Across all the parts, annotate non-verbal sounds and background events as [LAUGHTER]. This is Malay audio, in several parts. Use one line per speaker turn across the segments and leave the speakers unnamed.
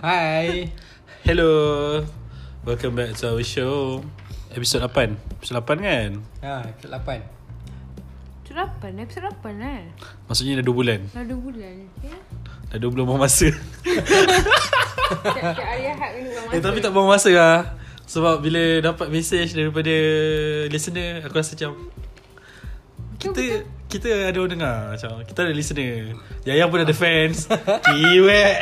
Hai
Hello Welcome back to our show Episod 8 Episod 8 kan
Ha, episod 8
Serapan eh Serapan eh
Maksudnya dah 2 bulan
Dah dua bulan eh? okay?
Dah 2 bulan buang masa
Setiap hari Ahad kena ulang
eh, Tapi tak buang masa lah Sebab bila dapat message daripada Listener Aku rasa macam Kita kita ada orang dengar macam Kita ada listener Yaya pun ada fans Kiwek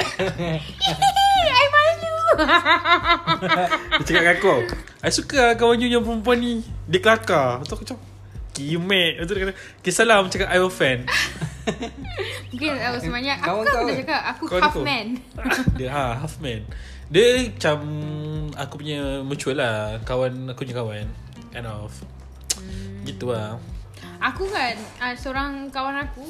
I malu
Dia cakap dengan aku I suka lah kawan you yang perempuan ni Dia kelakar Lepas tu aku macam Kimek Lepas tu dia kata Kisahlah macam cakap I
[LAUGHS]
offend
Mungkin aku sebenarnya Aku kan
Kawan kau
pernah
eh?
cakap Aku
Kawan
half
aku.
man
[LAUGHS] Dia ha, half man Dia macam Aku punya mutual lah Kawan Aku punya kawan Kind of
Hmm.
Gitu lah
Aku kan uh, Seorang kawan aku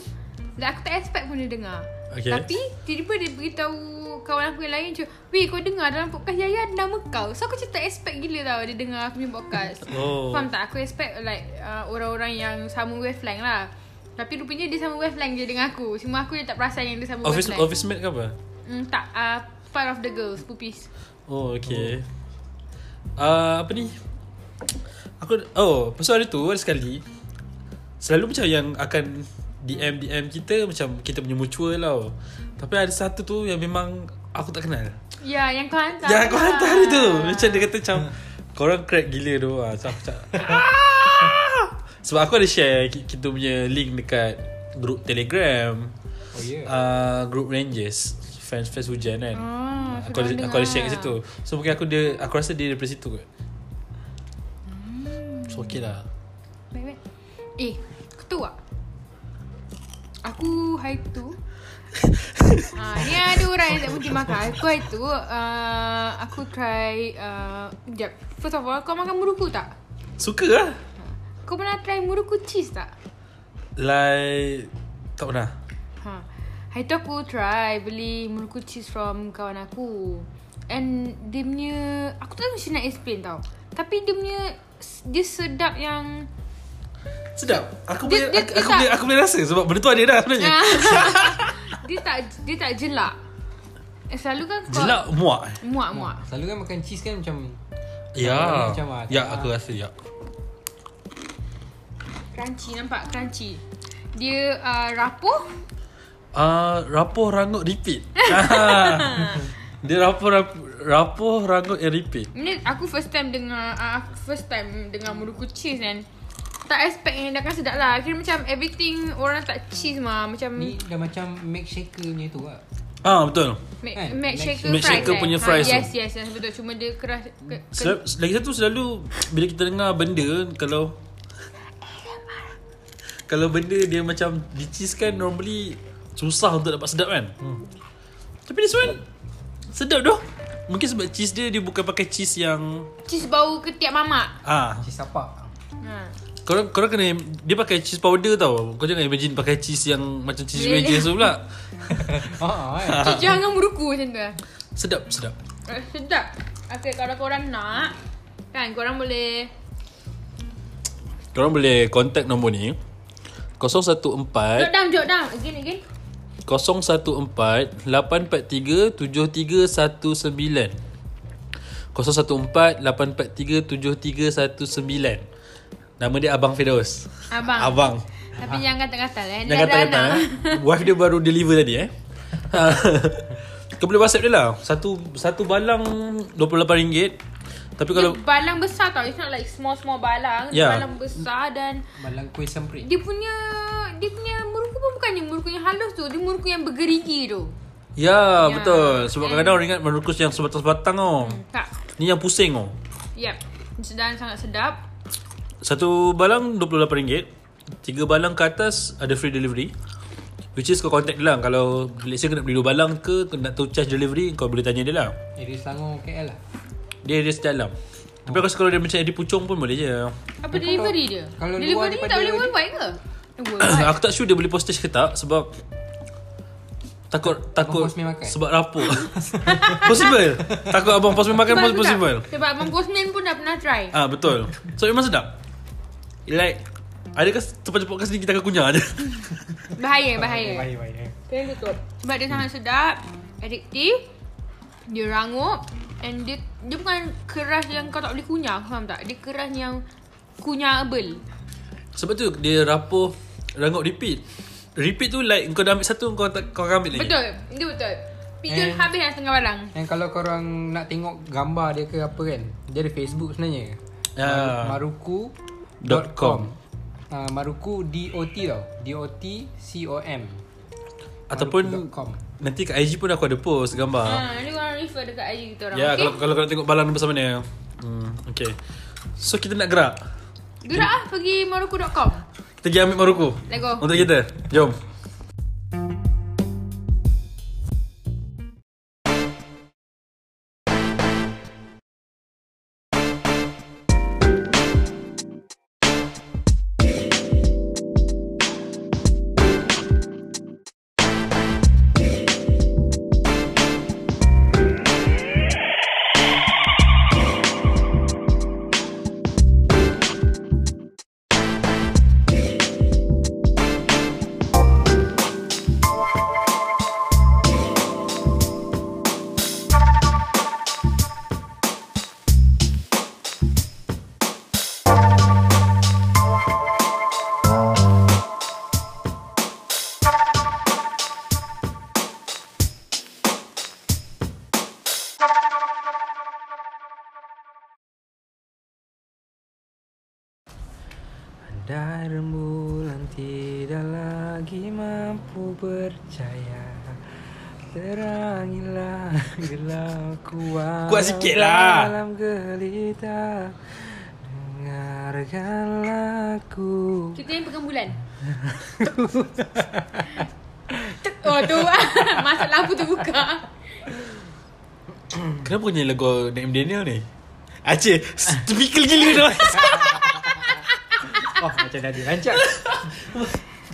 Dan aku tak expect pun dia dengar
Okay.
Tapi Tiba-tiba dia beritahu Kawan aku yang lain macam Weh kau dengar dalam podcast Yaya ada nama kau So aku macam tak expect gila tau Dia dengar aku punya podcast
Oh.
Faham tak? Aku expect like uh, Orang-orang yang sama wavelength lah Tapi rupanya dia sama wavelength je dengan aku Cuma aku yang tak perasan yang dia sama
Office
wavelength
office mate ke apa?
Hmm, tak. Uh, part of the girls, pupis.
Oh okay uh, Apa ni Aku Oh Pasal hari tu Ada sekali Selalu macam yang akan DM-DM kita Macam kita punya mutual lah Tapi ada satu tu yang memang Aku tak kenal
Ya, yang Ah. kau hantar.
Yang aku hantar hari tu Macam dia kata macam Korang crack gila tu ha, so aku macam, [LAUGHS] "Ah!" Sebab aku ada share ki- Kita punya link dekat Group telegram
Oh ya
uh,
yeah.
Group rangers Fans Fans Hujan kan
Ah,
Aku ada,
sudah
aku ada share kat
dengar.
situ So mungkin aku dia Aku rasa dia daripada situ kot
Hmm.
So okay lah
Baik, baik. Eh, kau tahu tak? Aku hari tu ha, Ni ada orang yang tak berhenti makan Aku hari tu uh, Aku try uh, Sekejap First of all Kau makan muruku tak?
Suka lah
Kau pernah try muruku cheese tak?
Like Tak pernah
Ha. Hari tu aku try beli muruku cheese from kawan aku. And dia punya aku tak tahu macam nak explain tau. Tapi dia punya dia sedap yang
Sedap Aku
Dia-
boleh
dia-
aku,
dia tak-
aku,
Ah,
boleh aku boleh rasa Sebab benda tu ada dah sebenarnya
[LAUGHS] dia tak dia tak jelak. Eh, Selalu kan kau
Jelak muak eh.
muak-muak.
Selalu kan makan cheese kan macam
Ya
Macam ah,
Ya
tak
aku
ah.
rasa ya
Crunchy nampak crunchy. Dia uh, rapuh
Ah, rapuh rangut
[LAUGHS]
repeat. Ah. Dia rapuh rapuh, rapuh rangut and repeat.
Ini aku first time dengar uh, First time dengar muruku cheese kan Tak expect yang dia akan sedap lah Kira macam everything orang tak cheese mah Macam
Ni dah macam make shaker punya tu lah
Ah betul.
Mac,
Kan?
Mac shaker
Mac
fries
shaker
eh?
punya fries tu.
ha, Yes yes yes betul Cuma dia keras ke, ke,
Sel- lagi satu selalu bila kita dengar benda kalau kalau benda dia macam dicis kan normally susah untuk dapat sedap kan. Hmm. Tapi this one sedap doh. Mungkin sebab cheese dia dia bukan pakai cheese yang
Cheese bau ketiak mamak
ah
Cheese apa
ha.
Korang, korang kena Dia pakai cheese powder tau Kau jangan imagine pakai cheese yang Macam cheese
Dia-
wedges tu [LAUGHS] pula
Haa
Ah.
eh
Cheese jangan meruku macam tu eh,
Sedap sedap
Sedap Okay kalau korang nak Kan korang boleh
Korang boleh contact nombor ni
Jot
014
down jot down Again again
014 843 7319 014 843 7319 Nama dia Abang Fidaus
Abang.
Abang
Tapi jangan gatal-gatal eh
Yang kata-kata eh. Wife dia baru deliver tadi eh Kau boleh whatsapp dia lah Satu satu balang RM28 Tapi
Kalau
kalau
balang besar tau It's not like small-small balang
Ya.
yeah. Balang besar dan
Malang kuih semprit
Dia punya Dia punya muruku pun bukannya muruku yang halus tu Dia muruku yang bergerigi tu Ya.
Ya, betul Sebab kadang-kadang orang ingat merukus yang sebatang-sebatang tau
Tak
Ni yang pusing oh. tau
Yep Dan sangat sedap
Satu balang RM28 Tiga balang ke atas ada free delivery Which is kau contact dia lah Kalau let's say kau nak beli dua balang ke Kau nak tu charge delivery Kau boleh tanya dia lah
Area Eh, Selangor KL lah
Dia dia setia alam Tapi aku rasa kalau dia macam Eddie Puchong pun boleh
[COUGHS]
je
Apa delivery dia?
kalau luar
delivery ni tak
daripada-
boleh worldwide ke? Eh, Worldwide.
Aku tak sure dia boleh postage ke tak Sebab Takut takut
Abang Pos main makan.
Sebab rapuh [LAUGHS] Possible Takut abang pos main makan
Sebab
pun
tu tak-
possible
Sebab Abang Bosman pun dah pernah try.
Ah betul. So memang sedap. Like adakah tempat-tempat kat sini kita akan kunyah je.
Bahaya, bahaya.
Bahaya bahaya
Kena tutup. Sebab dia sangat sedap, addiktif. Dia rangup And dia Dia bukan keras yang kau tak boleh kunyah Kau faham tak? Dia keras yang Kunyahable
Sebab tu dia rapuh Rangup repeat Repeat tu like Kau dah ambil satu Kau tak kau akan ambil lagi
Betul Dia betul Pigeon
Eh.
habis dah setengah barang
Dan kalau korang nak tengok gambar dia ke apa kan Dia ada Facebook sebenarnya
Ah.
Maruku.com uh, Maruku D-O-T tau D-O-T-C-O-M
Ataupun
Maruku.com.
Nanti kat IG pun aku ada post gambar
Ha, ni korang refer dekat IG kita orang
Ah. Ya,
okay?
kalau kalau kau nak tengok balang besar mana. Hmm, okay. So kita nak gerak.
Gerak ah pergi maruku.com
Kita pergi ambil Maroko.
Let's go
Untuk kita. Jom.
Andai rembulan tidak lagi mampu bercahaya Terangilah gelapku
Kuat sikit lah.
Dalam gelita Dengarkanlah ku
Kita yang pegang bulan Tek, Oh tu [LAUGHS] Masak lampu tu buka
Kenapa kau nyanyi lagu Naim Daniel ni? Aceh, typical
[LAUGHS]
gila dah.
Oh macam dah dirancang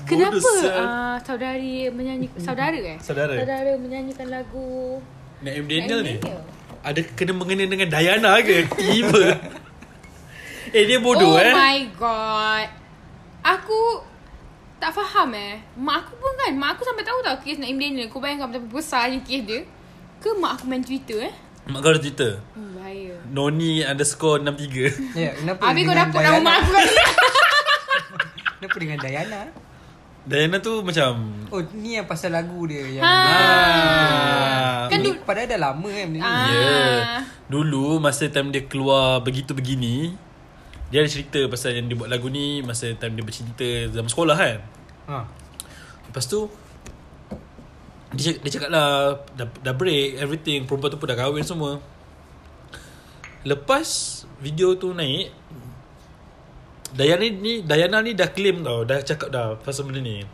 Kenapa
Bodoh, sel.
uh, saudari menyanyi saudara eh?
eh? Saudara.
Saudara menyanyikan lagu
Naim Daniel ni?
Naim Daniel.
Ada kena mengena dengan Diana ke?
[LAUGHS]
Tiba. eh, dia bodoh
oh
eh.
Oh my god. Aku tak faham eh. Mak aku pun kan, mak aku sampai tahu tau kes Naim Daniel. Kau bayangkan betapa besarnya kes dia. Ke mak aku main Twitter eh?
Mak kau ada Twitter.
Hmm, bahaya.
Noni underscore 63.
Ya kenapa
Habis kau
dengan
dapat nama
Dayana?
mak aku kan?
Kenapa dengan Dayana?
Diana tu macam...
Oh ni yang pasal lagu dia yang
ha.
[LAUGHS] Ah.
Kan
Ni
du-
padahal dah lama kan benda ni.
Ah.
Ya. Yeah. Dulu masa time dia keluar begitu begini, dia ada cerita pasal yang dia buat lagu ni masa time dia bercinta zaman sekolah kan.
Ha.
Lepas tu dia, cak- dia cakap lah dah, dah break everything Perempuan tu pun dah kahwin semua Lepas video tu naik Dayana ni Dayana ni dah claim tau Dah cakap dah pasal benda ni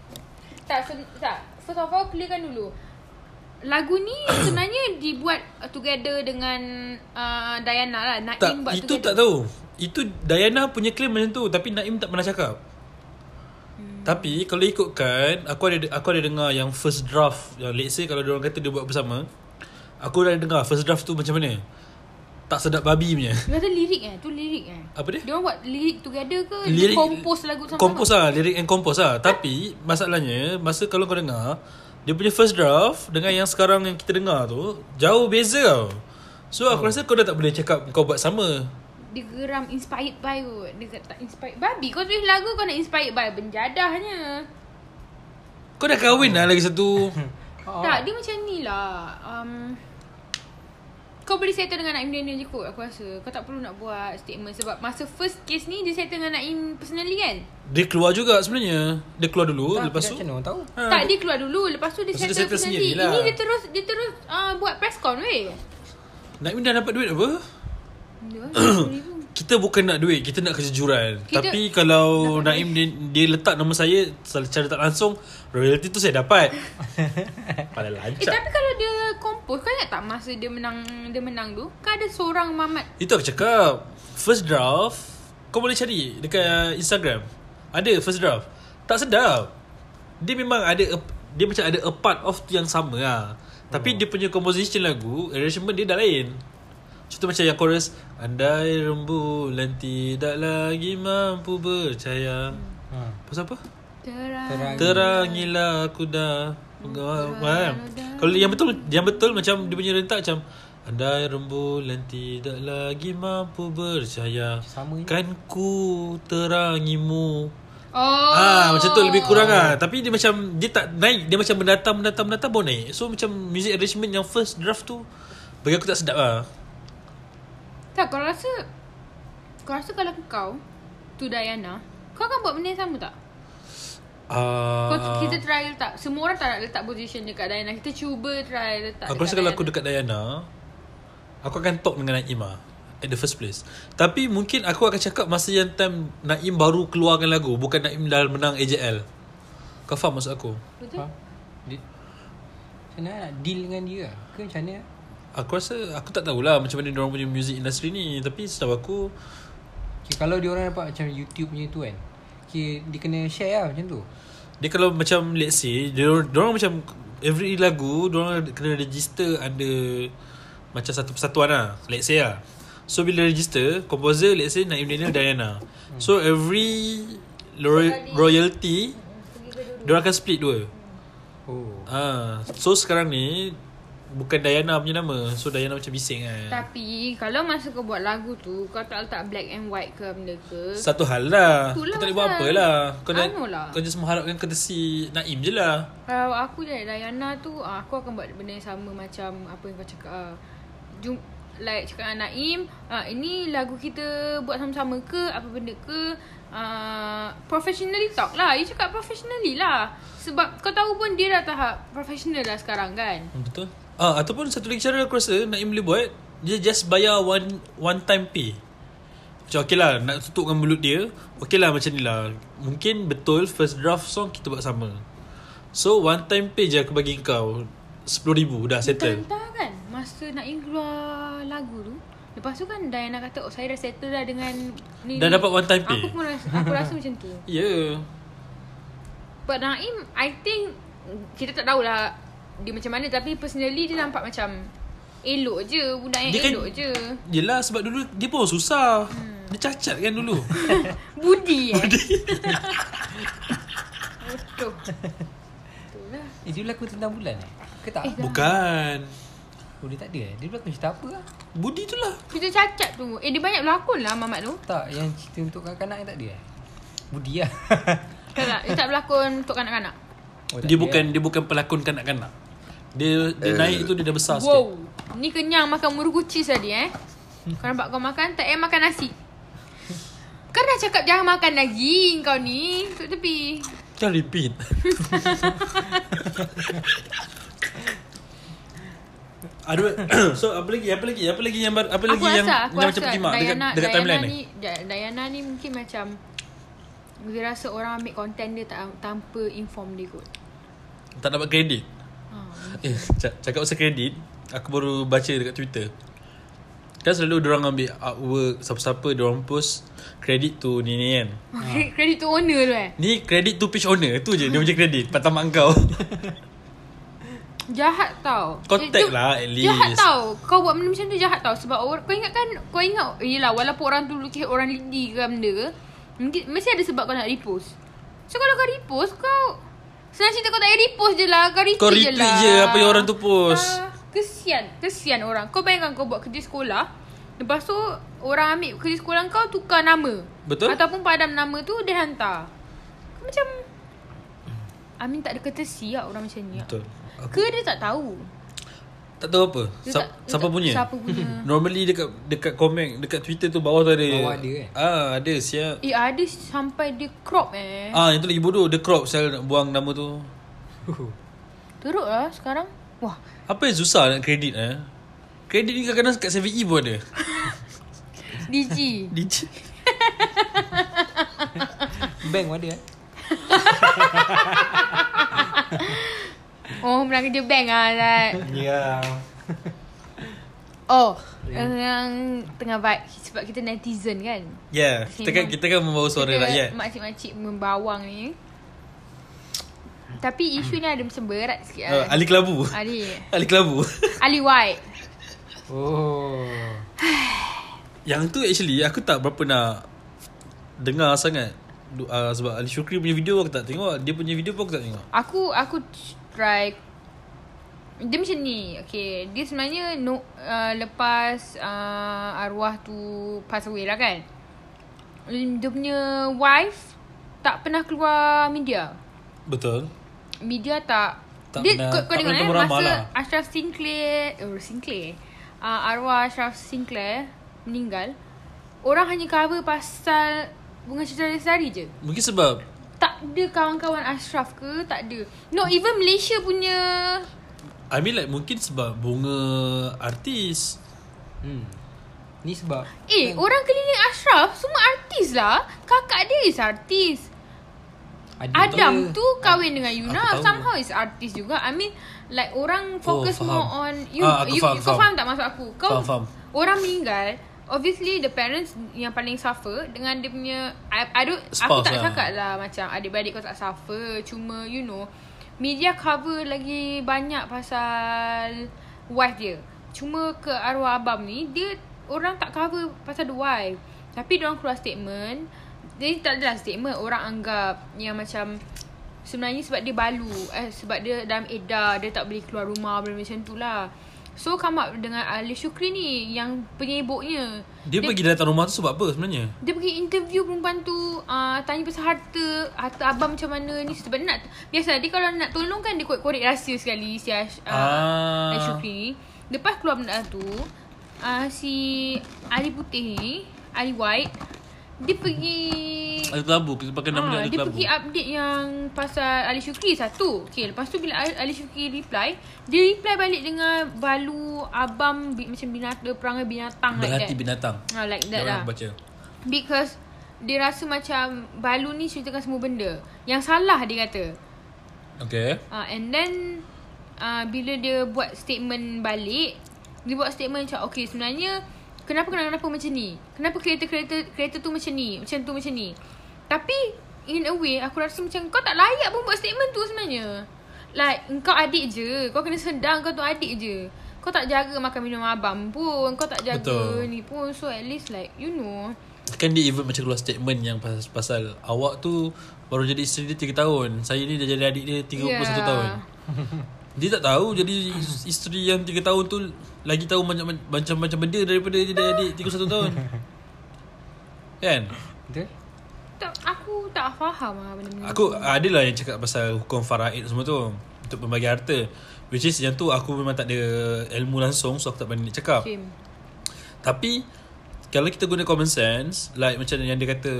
tak, so, tak. First of all, clearkan dulu. Lagu
[COUGHS]
ni sebenarnya dibuat together dengan uh, Diana lah. Naim
tak,
buat together.
Itu tak tahu Itu Dayana punya claim macam tu Tapi Naim tak pernah cakap hmm. Tapi kalau ikutkan Aku ada aku ada dengar yang first draft yang Let's say kalau diorang kata dia buat bersama Aku dah dengar first draft tu macam mana Tak sedap babi punya
Dia kata lirik eh, tu lirik eh.
Apa dia?
Dia orang buat lirik together ke? Lirik, dia
Lirik-
compose lagu sama-sama?
Compose lah Lirik and compose lah Tapi Masalahnya Masa kalau kau dengar Dia punya first draft Dengan yang sekarang Yang kita dengar tu Jauh beza tau
Oh.
So aku rasa kau dah tak boleh cakap Kau buat sama
Dia geram inspired by kot. Dia kata tak inspired. Babi kau tulis lagu kau nak inspired by. Benjadahnya.
Kau dah kahwin lah lagi satu
Oh.
Tak, dia macam ni lah. Um, kau boleh settle dengan Naim Daniel je kot aku rasa. Kau tak perlu nak buat statement. Sebab masa first case ni dia settle dengan Naim personally kan?
Dia keluar juga sebenarnya Dia keluar dulu Oh,
Tak,
Lepas tu
tidak Macam mana orang tahu?
ha,
tak, dia keluar dulu. Lepas tu dia
Lepas
settle,
tu dia settle lah.
personally.
sendirilah.
Ini dia terus dia terus uh, buat press con weh. Ya,
Naim dah dapat duit apa? [COUGHS]
Dia RM10,000.
Kita bukan nak duit Kita nak kejujuran
Kita-
kita Tapi kalau Naim dia, dia letak nama saya Secara tak langsung Royalty tu
[LAUGHS]
saya dapat Pada
Eh
lancar
tapi kalau dia compose Kau ingat tak masa dia menang Dia menang tu Kan ada seorang mamat
Itu aku cakap First draft Kau boleh cari Dekat uh, Instagram Ada first draft Tak sedap Dia memang ada a- Dia macam ada a part of tu yang sama lah Tapi dia punya composition lagu Arrangement dia dah lain Contoh macam yang chorus Andai rembulan tidak lagi mampu bercahaya
Ha.
Pasal apa?
Terang,
Terang.
Terangilah aku dah Pengawal- Kalau yang betul Yang betul macam Dia punya rentak macam Andai rembulan tidak lagi mampu bercahaya
Sama je.
Kan ku terangimu
Oh.
Ah, macam tu lebih kurang ah. Tapi dia macam dia tak naik, dia macam mendatang mendatang mendatang baru naik. So macam music arrangement yang first draft tu bagi aku tak sedap ah.
Tak, kau rasa kau rasa kalau kau tu Diana, kau akan buat benda yang sama tak?
Ah.
Kau kita try letak Semua orang tak nak letak position dekat Diana Kita cuba try letak
Aku rasa kalau aku dekat Diana Aku akan talk dengan Naima At the first place Tapi mungkin aku akan cakap Masa yang time Naim baru keluarkan lagu Bukan Naim dah menang AJL Kau faham maksud aku?
Betul?
Ah.
Faham? Dia, macam mana nak deal dengan dia lah? Ke macam mana?
Aku rasa Aku tak tahulah Macam mana diorang punya music industry ni Tapi setahu aku
Okay, kalau dia orang dapat macam YouTube punya tu kan. Okay, dia kena share lah macam tu.
Dia kalau macam Let's say Diorang, diorang macam Every lagu Diorang kena register Under Macam satu persatuan lah Let's say lah So bila register Composer let's say Naim Daniel Diana So every ro- Royalty Diorang akan split dua
Oh.
ha. So sekarang ni Bukan Diana punya nama So Diana macam bising kan
Tapi Kalau masa kau buat lagu tu Kau tak letak black and white ke benda ke
Satu hal lah Kau
Itulah
tak boleh buat
pasal.
apa lah Kau, dah,
Anu lah.
kau just mengharapkan courtesy Naim je lah
Kalau aku jadi Diana tu ah, Aku akan buat benda yang sama Macam apa yang kau cakap ah. Jum, Like cakap dengan Naim ah, Ini lagu kita buat sama-sama ke Apa benda ke ah, Professionally talk lah You cakap professionally lah Sebab kau tahu pun dia dah tahap Professional dah sekarang kan
Hmm, Betul. Ah ataupun satu lagi cara aku rasa Naim boleh buat dia just bayar one one time pay. Macam okay lah nak tutupkan mulut dia Okay lah macam ni lah Mungkin betul first draft song kita buat sama So one time pay je aku bagi kau RM10,000 dah settle
Entah kan Masa Naim keluar lagu tu Lepas tu kan Diana kata Oh saya dah settle dah dengan ni,
Dah
ni."
dapat one time pay.
Aku pun rasa, aku rasa macam tu
Ya yeah.
But Naim I think Kita tak tahulah Dia macam mana Tapi personally Dia nampak macam Elok je Budak yang
Dia
dia
kan-
elok kan... je
Yelah sebab dulu dia pun orang susah hmm. Dia cacat kan dulu
Budi eh Budi [LAUGHS] Betul lah. Itulah
Eh, dia berlaku tentang bulan eh? Ke tak?
Bukan
Oh, dia tak ada eh? Dia berlaku cerita apa lah?
Budi tu lah
Cerita cacat tu Eh dia banyak berlakon lah Mamat tu
Tak, yang cerita untuk kanak-kanak ni tak ada eh? Budi lah. [LAUGHS]
Tak tak Dia tak berlakon Untuk kanak-kanak
oh,
Dia
tak ada, Eh.
bukan dia bukan pelakon kanak-kanak Dia dia naik tu dia dah besar sikit
Wow Ni kenyang makan muruku cheese tadi eh Kau nampak kau makan Tak payah makan nasi Kau dah cakap jangan makan lagi Kau ni Tuk tepi
Can repeat Aduh, [COUGHS] so apa lagi? Apa lagi? Apa lagi yang bar- apa lagi
aku
yang
rasa, aku rasa
yang macam pergimak dekat
Diana-
dekat
Diana
timeline ni?
ni, Di- Diana ni mungkin macam dia rasa orang ambil konten dia tak tanpa inform dia kot.
Tak dapat kredit.
Ha.
Eh, cak- cakap pasal kredit, aku baru baca dekat Twitter. Kan selalu orang ambil artwork siapa-siapa orang post kredit tu ni ni kan.
[LAUGHS] Credit to owner tu eh.
Ni kredit tu page owner tu je dia punya kredit. [LAUGHS] Pertama kau.
Jahat tau.
Contact
Eh, tu-
lah, at least.
Jahat tau. Kau buat benda macam tu jahat tau. Sebab orang, kau ingat kan, kau ingat, yelah walaupun orang tu lukis orang lidi ke benda ke, mungkin, mesti ada sebab kau nak repost. So kalau kau repost, kau, senang cerita kau tak payah repost je lah. Kau retweet,
Kau retweet je apa yang orang tu post.
Ah, kesian, kesian orang. Kau bayangkan kau buat kerja sekolah, Lepas tu orang ambil kerja sekolah kau tukar nama.
Betul.
Ataupun padam nama tu dia hantar. Kau macam "Hmm, Amin tak ada courtesy lah orang macam ni. lah.
Betul. Aku
Ke dia tak tahu
tak tahu apa.
Dia
Sa-
tak- dia
siapa
tak-
punya?
Siapa
[LAUGHS]
punya
Normally dekat dekat komen dekat Twitter tu bawah tu ada
Hmm. Bawah ada, eh?
Ah ada siap.
Eh ada sampai dia crop eh
Ah yang tu lagi bodoh the crop saya nak buang nama tu.
Huh.
Teruk lah sekarang Wah
Apa yang susah nak kredit eh? Kredit ni kadang-kadang kat CVE pun
[LAUGHS]
ada.
DG
Digit.
Bank pun ada eh?
Oh pernah kerja bank lah Zat
Ya.
Oh
Ya.
Yang tengah vibe Sebab kita netizen kan
Yeah, kita kan kita kan membawa suara
Kita
rakyat.
Makcik-makcik membawang ni Tapi isu ni ada macam berat sikit
ya.
Uh,
lah
Ali
[LAUGHS]
Kelabu. [LAUGHS]
Ali
Ali Kelabu. [LAUGHS]
Ali White
Oh.
yang tu actually aku tak berapa nak dengar sangat. Du- Uh, sebab Ali Shukri punya video aku tak tengok, dia punya video pun aku tak tengok.
Aku aku try dia macam ni Okay Dia sebenarnya no, uh, Lepas uh, Arwah tu Pass away lah kan Mm, Dia punya wife Tak pernah keluar media
Betul
Media tak
Tak
dia,
pernah-
kau, kau
tak
tengok
pernah
eh
temu ramah
Masa
lah.
Ashraf Sinclair Oh Sinclair uh, Arwah Ashraf Sinclair Meninggal Orang hanya cover pasal Bunga Citra Lestari je
Mungkin sebab
tak ada kawan-kawan Ashraf ke? Tak ada. No, even Malaysia punya...
I mean like mungkin sebab bunga artis
Hmm. Ni sebab
Eh,
Hmm.
orang keliling Ashraf semua artis lah. Kakak dia is artis. Adam tu kahwin dengan Yuna.
Aku tahu.
Somehow is artis juga. I mean, like orang fokus oh,
faham.
more on... You,
Ah, aku
you,
faham,
kau
faham.
faham tak maksud aku? Kau
Faham, faham.
orang meninggal... Obviously the parents yang paling suffer dengan dia punya I, I don't, aku
Spouse
tak
lah.
cakap lah macam adik-beradik kau tak suffer cuma you know media cover lagi banyak pasal wife dia cuma ke arwah abam ni dia orang tak cover pasal the wife tapi dia orang keluar statement jadi tak adalah statement orang anggap yang macam sebenarnya sebab dia balu eh, sebab dia dalam edar dia tak boleh keluar rumah benda macam tu lah So come up dengan Ali Syukri ni Yang penyeboknya
Dia, pergi datang rumah tu sebab apa sebenarnya
dia pergi interview perempuan tu uh, Tanya pasal harta Harta abang macam mana ni Sebab dia nak Biasa lah. dia kalau nak tolong kan Dia korek-korek rahsia sekali Si Ash, uh,
Ah.
Ash Shukri ni Lepas keluar benda tu uh, Si Ali Putih ni Ali White Dia pergi
Ada kelabu Kita pakai nama dia
Ah,
ada
dia
kelabu
pergi update yang pasal Ali Syukri satu. Okay, lepas tu bila Ali Ali Syukri reply, dia reply balik dengan balu abam bi- macam binatang perangai binatang like
Berhati
that.
binatang
Ah, like that lah.
Jangan baca
Because dia rasa macam Balu ni ceritakan semua benda Yang salah dia kata
Okay
uh, And then uh, Bila dia buat statement balik Dia buat statement macam Okay sebenarnya Kenapa kenapa macam ni Kenapa kereta-kereta Kereta tu macam ni Macam tu macam ni Tapi In a way Aku rasa macam Kau tak layak pun buat statement tu sebenarnya Like Kau adik je Kau kena sedang Kau tu adik je Kau tak jaga makan minum abang pun Kau tak jaga
Betul.
ni pun So at least like You know
Kan dia even macam keluar statement yang pasal, pasal awak tu baru jadi isteri dia 3 tahun. Saya ni dah jadi adik dia 31 yeah.
Yeah. [LAUGHS]
tahun. Dia tak tahu jadi is- isteri yang 3 tahun tu lagi tahu macam macam macam benda daripada dia dah adik 31
[LAUGHS]
tahun. Kan?
Betul?
Tak, aku tak faham lah benda ni.
Aku adalah yang cakap pasal hukum faraid semua tu untuk pembagi harta. Which is yang tu aku memang tak ada ilmu langsung so aku tak pandai nak cakap.
Shame.
Tapi kalau kita guna common sense like macam yang dia kata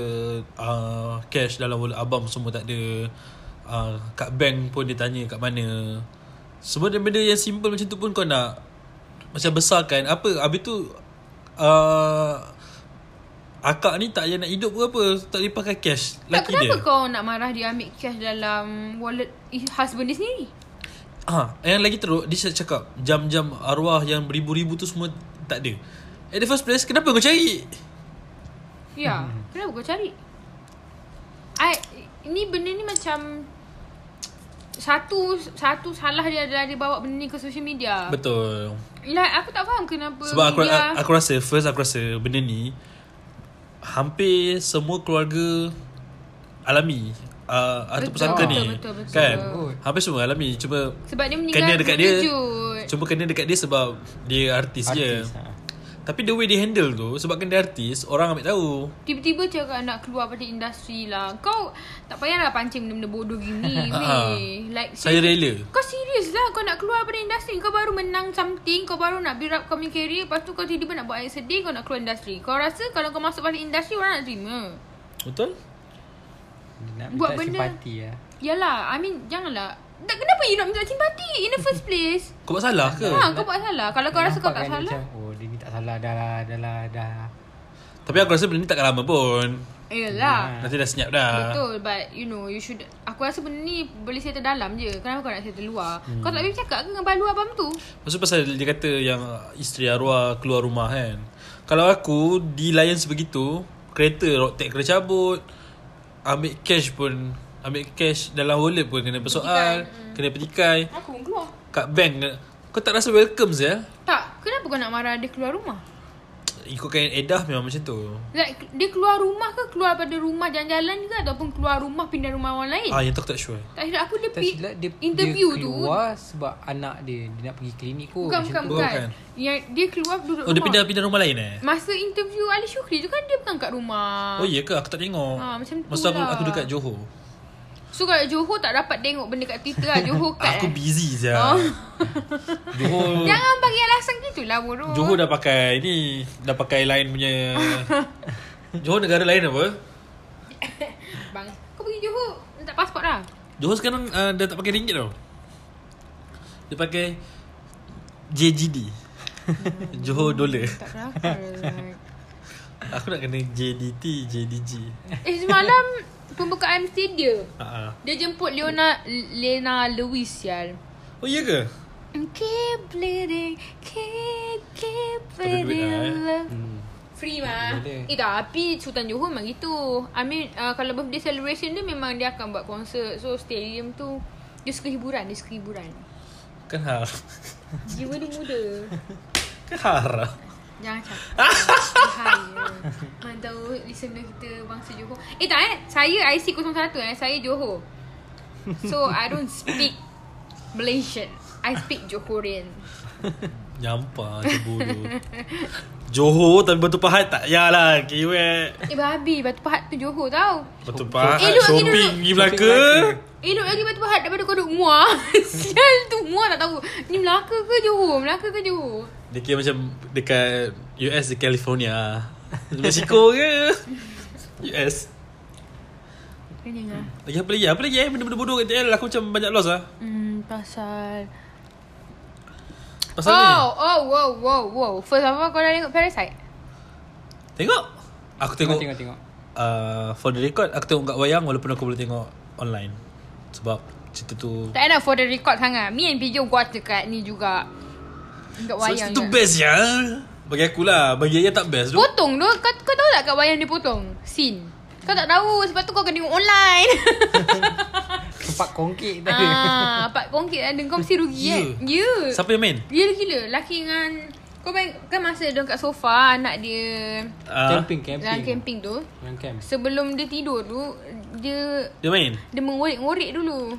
uh, cash dalam wallet abang semua tak ada uh, kat bank pun dia tanya kat mana semua benda yang simple macam tu pun kau nak macam besarkan apa habis tu uh, akak ni tak payah nak hidup ke apa tak boleh pakai cash
Tak
laki dia
kenapa kau nak marah dia ambil cash dalam wallet i- husband dia sendiri?
Ah, yang lagi teruk dia cakap jam-jam arwah yang beribu-ribu tu semua tak ada at the first place kenapa kau cari
Ya.
Hmm.
Kenapa kau cari? I, ni benda ni macam satu satu salah dia adalah dia bawa benda ni ke social media.
betul
Like aku tak faham kenapa
Sebab aku,
media
aku rasa First aku rasa Benda ni Hampir semua keluarga Alami uh, Harta
Betul,
pusaka
betul,
ni
betul, betul.
Kan
Betul.
Hampir semua alami Cuma
sebab dia meninggal
Kena dekat kan dia
terkejut.
Cuma kena dekat dia sebab Dia artis, je
Artis, ha.
Tapi the way dia handle tu Sebabkan dia artis Orang ambil tahu
Tiba-tiba cakap nak keluar pada industri lah Kau tak payahlah pancing benda-benda bodoh gini
[LAUGHS] Ah.
weh Like
Saya rela
Kau serius lah Kau nak keluar daripada industri Kau baru menang something Kau baru nak build up kau punya career Lepas tu kau tiba-tiba nak buat air sedih Kau nak keluar industri Kau rasa kalau kau masuk balik industri Orang nak terima
Betul?
Dia nak
Buat
minta
benda-
simpati lah.
Yalah I mean janganlah tak, Kenapa you nak minta simpati In the first place
Kau buat salah ke?
Ha kau buat salah Kalau kau
Dia
rasa kau
nampak
tak
kan dia
salah
Macam, oh dia ni tak salah dah lah, dah lah, dah lah.
Tapi aku rasa benda ni takkan lama pun
Yalah
Nanti dah senyap dah
Betul But you know You should Aku rasa benda ni Boleh settle dalam je Kenapa kau nak settle luar hmm. Kau tak boleh cakap ke Dengan balu abam tu
Lepas tu pasal dia kata yang isteri arwah keluar rumah kan. Kalau aku di Lions begitu, kereta road tax kena cabut, ambil cash pun, ambil cash dalam wallet pun kena persoal,
hmm.
kena petikai.
Aku pun keluar
Kat bank, kau tak rasa welcome eh? saya?
Tak Kenapa kau nak marah dia keluar rumah
Ikutkan edah memang macam tu
Like dia keluar rumah ke Keluar pada rumah jalan-jalan ke Ataupun keluar rumah pindah rumah orang lain
Ah yang tu aku tak sure
Tak silap aku dia,
Tak
pi-
silap dia,
interview
dia
tu
keluar sebab anak dia Dia nak pergi klinik kot
Bukan
macam
bukan
tu.
tu.
bukan
Bukan.
Yang dia keluar duduk
Oh dia
rumah
pindah pindah rumah lain eh
Masa interview Ali Syukri tu kan Dia bukan kat rumah
Oh iya ke aku tak tengok
Ah, macam tu
Masa aku,
lah.
aku dekat Johor
So kalau Johor tak dapat tengok benda kat Twitter lah
[LAUGHS]
Johor kat eh.
Aku busy je
Oh.
Johor
Jangan bagi alasan gitu lah bodoh
Johor dah pakai ni Dah pakai lain punya [LAUGHS] Johor negara lain apa
Bang Kau pergi Johor Minta pasport lah
Johor sekarang uh, dah tak pakai ringgit tau Dia pakai [LAUGHS] JGD Johor dollar
Tak kenapa
Aku nak kena JDT JDG
[LAUGHS] Eh semalam Pembukaan stadium
uh
Dia jemput Leona Lena Lewis sial
Oh iya ke
Keep bleeding Keep Keep
Tak ada duit
bleeding
lah, eh.
love
Hmm.
Free mah
Boleh.
Eh tapi Sultan Johor memang gitu I mean uh, Kalau birthday celebration dia Memang dia akan buat konsert So stadium tu Dia suka hiburan Dia suka hiburan
Kan har
[LAUGHS]
[LAUGHS]
Jiwa dia muda
Kan haram
Jangan [LAUGHS] cakap Bahaya Mana tahu Listener kita Bangsa Johor Eh tak eh Saya IC 01 eh Saya Johor So I don't speak Malaysian I speak Johorian
Nyampar je [LAUGHS] bodoh Johor tapi Batu Pahat tak payahlah Kiwek
Eh babi Batu Pahat tu Johor tau
Batu
Shop-
Pahat
Eh, look, eh,
shopping
look.
pergi Melaka
Elok lagi Batu Pahat daripada kau duduk Muar [LAUGHS] Sial tu Muar tak tahu Ni Melaka ke Johor Melaka ke Johor
Dia kira macam dekat US di California Mexico ke US
Kena dengar
Lagi apa lagi? Apa lagi eh? Benda-benda bodoh kat TL Aku macam banyak loss lah
Hmm pasal
Pasal
Oh
ni
oh wow wow wow First of all kau dah tengok Parasite
Tengok Aku
Tengok
tengok,
tengok tengok
Uh, For the record Aku tengok kat wayang Walaupun aku boleh tengok online Sebab cerita tu
Tak nak for the record sangat Me and Pijo watch dekat ni juga Dekat
So
wayang
cerita tu best ya Bagi akulah Bagi Ayah tak best tu
Potong tu kau, kau tahu tak kat wayang dia potong Scene Kau tak tahu Sebab tu kau kena tengok
[LAUGHS]
online [LAUGHS]
Tempat kongkit tadi
ah, Pak kongkit ada Kau mesti rugi
Ya.
kan Ya yeah.
Siapa yang main?
Gila-gila Laki dengan Kau bayang Kan masa dia kat sofa Anak dia
Uh,
Camping camping
Dalam camping tu
Dalam camp
Sebelum dia tidur tu Dia
dia main?
Dia mengorik-ngorik dulu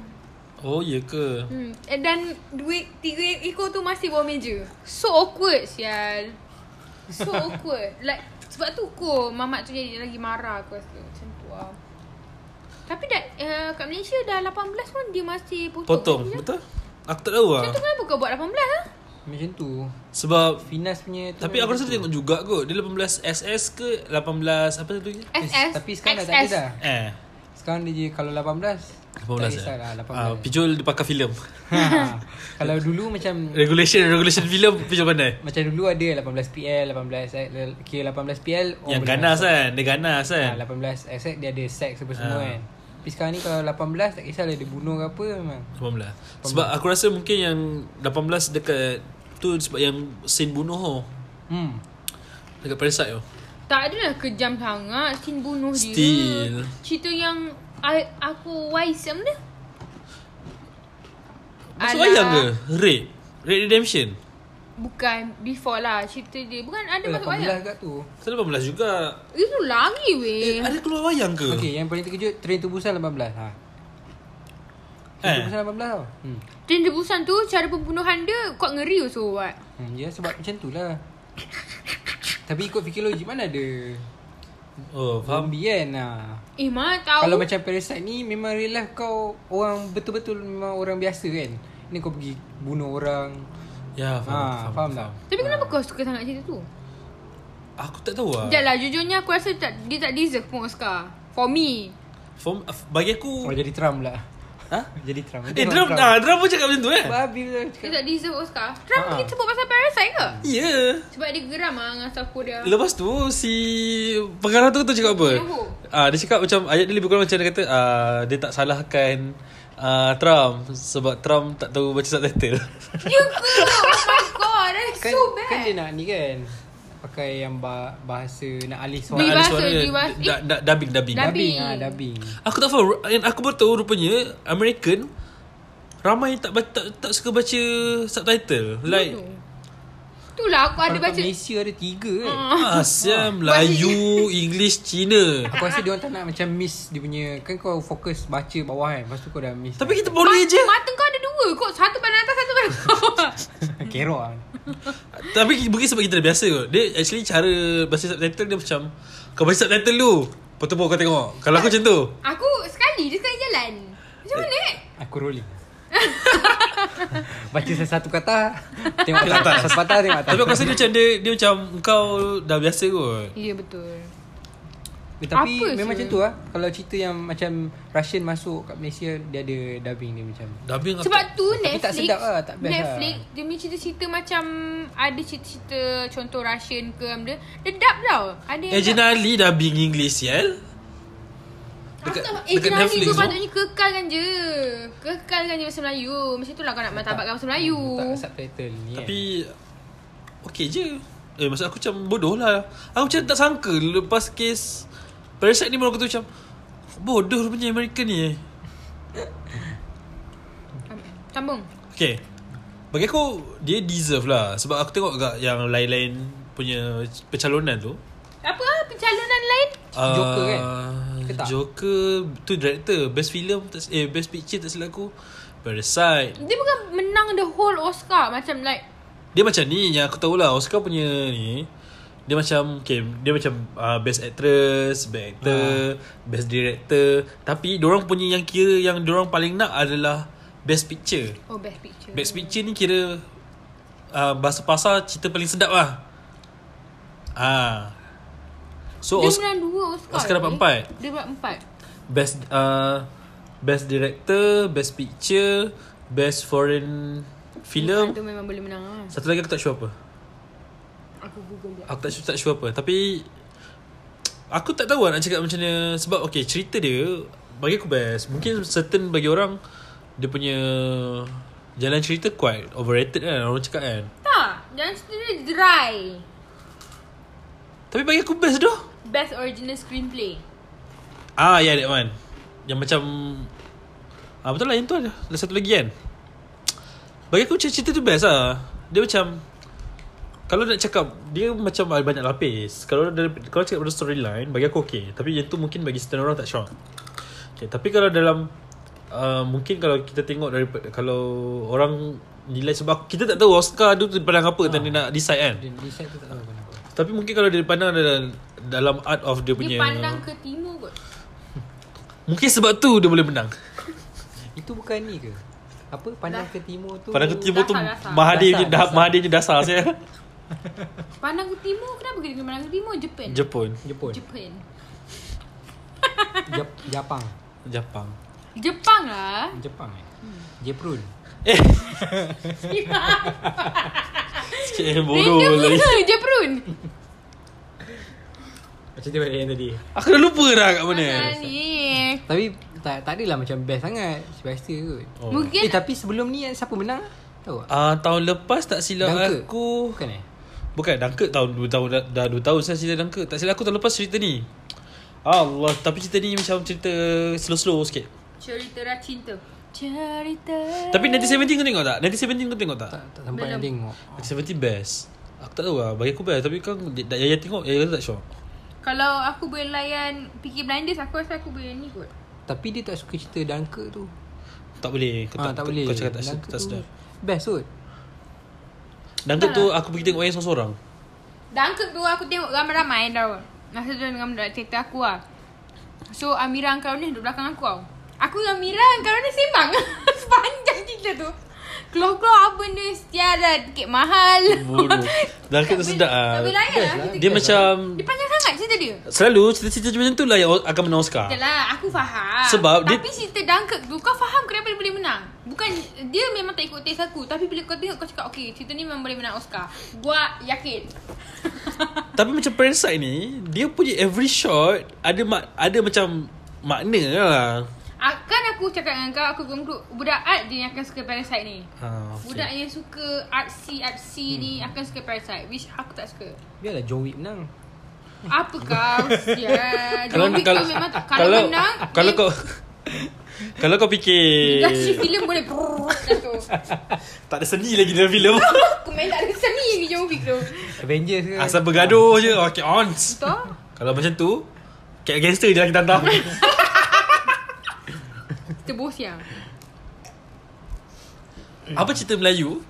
Oh ya ke?
hmm. Eh, Dan Duit Tiga ekor tu Masih bawah meja So awkward Sial
[LAUGHS]
So awkward Like Sebab tu ko Mamat tu jadi lagi marah Aku rasa Macam tu lah Tapi dah uh, Kat Malaysia Dah 18 pun Dia masih potong
Potong
Macam
Betul? Aku tak tahu lah
tu kenapa kau buat 18 lah
Macam tu
Sebab
Finas punya tu
Tapi aku rasa dia tengok juga kot Dia 18 SS ke 18 apa tu lagi?
SS
Eh, Tapi sekarang dah tak ada dah
Eh
Sekarang dia je Kalau 18 Tak
18
kisahlah
eh?
18
Ah, Pijol dia pakai filem
Ha. Kalau dulu macam
Regulation Regulation filem Pijol pandai
Macam dulu ada 18PL 18 eh, le- Kira 18PL orang
Yang
Oh, boleh
ganas
masuk.
kan Dia ganas kan
ha, 18 asset dia ada sex apa semua
Ah.
kan Tapi sekarang ni kalau 18 tak kisahlah dia bunuh ke apa memang
18 Sebab aku rasa mungkin yang 18 dekat Tu sebab yang Sin bunuh ho
Hmm
Dekat Parasite tu
Tak adalah kejam sangat Sin bunuh dia
Still.
Cerita yang I, Aku wise Apa dia Alah.
Masuk wayang ke? Red Red Redemption
Bukan Before lah Cerita dia Bukan ada masuk
18
wayang
kat tu
Saya 18 juga
Itu lagi
Eh,
weh
ada keluar wayang ke?
Okay yang paling terkejut Train tebusan 18 ha. Train
Eh.
tebusan 18 tau hmm.
Dan tebusan tu Cara pembunuhan dia Kuat ngeri also what
hmm Ya sebab macam tu lah Tapi ikut fikir logik mana ada
Oh, faham
Zombie kan ha.
Eh mana tahu
Kalau macam Parasite ni Memang real life kau Orang betul-betul Memang orang biasa kan Ni kau pergi bunuh orang
Ya, faham,
ha, Faham, tak?
Tapi kenapa kau suka sangat cerita tu
Aku tak tahu lah
Sekejap lah Jujurnya aku rasa tak, Dia tak deserve pun Oscar For me
Form, bagi aku
Orang Oh, jadi Trump pula
Ha?
[LAUGHS] Jadi Trump
Eh, drum, ah, drum pun cakap macam tu eh?
Babi pula
Dia
cakap
tak deserve Oscar Trump
Ah.
Ha-ha.
kita sebut pasal Parasite ke
Ya.
Sebab dia geram lah Dengan South Korea
Lepas tu si pengarah tu tu cakap apa?
Johor.
Ah dia cakap macam ayat dia lebih kurang macam dia kata ah dia tak salahkan ah Trump sebab Trump tak tahu baca [LAUGHS] subtitle.
You ke? Oh my god, that's
Kan,
so
kan dia
bad.
nak ni kan Pakai yang bah- bahasa Nak alih
Nak
suara
Bebas.
Ah, ada
Dibahas
suara,
tu, dibahas.
da, da, dubbing dubbing.
Dub-
Dubbing
Dubbing. Ah,
ha, Dubbing
Aku tak faham and aku baru tahu rupanya American ramai tak ba- tak, tak suka baca subtitle. Like
Bodoh. Itulah aku ada
Kalau kat
baca. Hmm.
Malaysia ada tiga kan
Asia, Ah, [LAUGHS] Melayu, English, Cina. [LAUGHS]
Aku rasa dia orang tak nak macam miss dia punya Kan kau fokus baca bawah kan Lepas tu kau dah miss
Tapi kita boleh je.
Mata kau ada dua kot. Satu pandang atas, satu pandang bawah.
[LAUGHS] Kerok lah
Tapi mungkin sebab kita dah biasa kot Dia actually cara Baca subtitle dia macam Kau baca subtitle dulu Lepas tu pun kau tengok Kalau aku macam tu
aku sekali je sekali jalan. Macam mana eh?
Aku rolling [LAUGHS] Baca satu kata Tengok atas Satu patah tengok atas
Tapi aku rasa dia macam dia, dia macam Kau dah biasa kot
Ya betul.
Eh, Tapi
Apa
memang
je?
macam tu lah Kalau cerita yang macam Russian masuk kat Malaysia Dia ada dubbing dia macam
Dubbing apa- Eh,
Sebab tu
Tapi
Netflix
tak sedap lah, tak best lah.
Netflix Dia punya cerita-cerita macam Ada cerita-cerita Contoh Russian ke apa benda Dia dub tau Ada yang
Eh
dub.
Jenali dubbing English Sial
Dekat, eh
dekat- dekat
Jenali
Netflix
tu
tu.
patutnya kekalkan je Kekalkan je bahasa Melayu Macam tu lah kau nak martabakkan bahasa Melayu
Tak subtitle ni kan.
Tapi Okay je Eh maksud aku macam bodoh lah Aku macam tak sangka Lepas kes Parasite ni baru aku tu macam Bodoh punya Amerika ni eh
Sambung
Okay Bagi aku Dia deserve lah Sebab aku tengok kat Yang lain-lain Punya Pencalonan tu
Apa pencalonan lain?
Joker kan? Ke tak?
tak? Ah, Joker Tu director Best film tak, Eh best picture tak silap aku Parasite
Dia bukan menang the whole Oscar Macam like
Dia macam ni Yang aku tahu lah Oscar punya ni Dia macam okay, Dia macam uh, Best actress Best actor
Ah.
Best director Tapi Diorang punya yang kira Yang diorang paling nak adalah Best picture
Oh best picture
Best picture ni kira uh, Bahasa pasar cerita paling sedap lah Ah, So
Dia
Os-
menang dua Oscar
Oscar dapat
ni.
empat.
Dia dapat empat
Best uh, Best director Best picture Best foreign
Film
Film
Tu memang boleh menang lah
Satu lagi aku tak sure apa
Aku google dia
Aku tak sure, tak sure apa Tapi Aku tak tahu lah nak cakap macam mana Sebab okay cerita dia Bagi aku best Mungkin certain bagi orang Dia punya Jalan cerita quite Overrated kan Orang cakap kan
Tak Jangan cerita dia dry
Tapi bagi aku best doh
Best original screenplay.
Ah yeah that one Yang macam ah, Betul lah yang tu ada Ada satu lagi kan Bagi aku macam cerita tu best lah Dia macam Kalau nak cakap Dia macam ada banyak lapis Kalau dari, kalau cakap pada storyline Bagi aku okay Tapi yang tu mungkin bagi certain orang tak syok okay, Tapi kalau dalam uh, Mungkin kalau kita tengok daripada Kalau orang nilai sebab kita tak tahu Oscar tu pandang apa dan dia nak decide kan
Dia decide tu tak tahu kenapa
tapi mungkin kalau dia pandang dalam, dalam art of
Dia
dia punya
pandang ke timur kot.
mungkin sebab tu dia boleh menang
Itu bukan ni ke? Apa? Pandang ke timur tu
Pada aku timur tu
Dasar, dasar.
Mahathir je
Dasar,
dah Mahathir je dasar saya.
Pandang ke timur kenapa dia kena pandang ke timur? Jepun.
Jepun,
Jepun
Jepun.
Jep- Japang
Jepang.
Jepang lah.
Jepang eh Jeprun
Eh,
Random
cik eh, bodoh
[LAUGHS]
lagi.
ke
[LAUGHS]
Jeprun?
Macam tu balik yang tadi
Aku dah lupa dah kat mana.
Pasal ni.
Tapi tak tak adalah macam best sangat Biasa kot
Oh.
Mungkin
Eh tapi sebelum ni kan siapa menang? Tahu tak?
Ah tahun lepas tak silap
Dunkirk.
aku.
Bukan eh?
Bukan Dunkirk tahun 2 tahun dah, dah 2 tahun saya cerita Dunkirk. Tak silap aku tahun lepas cerita ni. Allah, tapi cerita ni macam cerita slow-slow sikit.
cerita dah cinta. Cerita.
Tapi 1917 kau tengok tak? 1917 kau tengok tak?
Tak, tak sampai nak tengok
1917 best. Aku tak tahu lah. Bagi aku best. Tapi kan Yaya tengok, Yaya tak syok.
Kalau aku boleh layan Peaky Blinders aku rasa aku boleh ni kot.
Tapi dia tak suka cerita Dunkirk tu
Tak boleh. Kau
Ah, tak, boleh
Kau cakap tak,
Dunkirk
tak
tu
sedap.
Best kot
Dunkirk tu aku pergi tengok Yaya seorang-seorang.
Dunkirk tu aku tengok ramai-ramai tau. Masa tu dengan budak cerita aku lah. So Amira dan Karunis duduk belakang aku tau. Aku dengan Amira dan Karunis sembang [LAUGHS] sepanjang cerita tu. Keluar-keluar apa ni Tiada tiket mahal [LAUGHS]
Bodoh. Dunkirk tu sedap
Tak
lah.
boleh layan lah aku
Dia
tengok.
macam
Dia panjang sangat cerita dia
Selalu cerita-cerita macam tu lah yang o- akan menang Oscar.
Yalah aku faham
Sebab dia-
Tapi cerita Dunkirk tu Kau faham kenapa dia boleh menang Bukan Dia memang tak ikut taste aku Tapi bila kau tengok Kau cakap Okay cerita ni memang boleh menang Oscar Gua
[LAUGHS]
yakin
Tapi macam Parasite ni, dia punya every shot ada mak, ada macam makna lah.
Akan Ah, kan aku cakap dengan kau Aku conclude Budak art je yang akan suka Parasite ni
Ha, okay.
Budak yang suka artsy-artsy ni
Hmm.
Akan suka Parasite Which aku tak suka
Biarlah John Wick menang
Apa kau Sial
kalau
John Wick
[LAUGHS] kalau
tu memang tak-
kalau
Kalau menang
kalau
dia-
kau [LAUGHS] Kalau kau fikir
Gaji filem boleh brrrr
[LAUGHS]
Masuk
Tak ada seni lagi dalam
[LAUGHS]
filem
Aku main tak ada seni ni Jovic tu
Avengers ke
Asal bergaduh je Okay on
Betul
Kalau macam tu Cat gangster je lah kita hantar
[LAUGHS] Kita bos ya
Apa cerita Melayu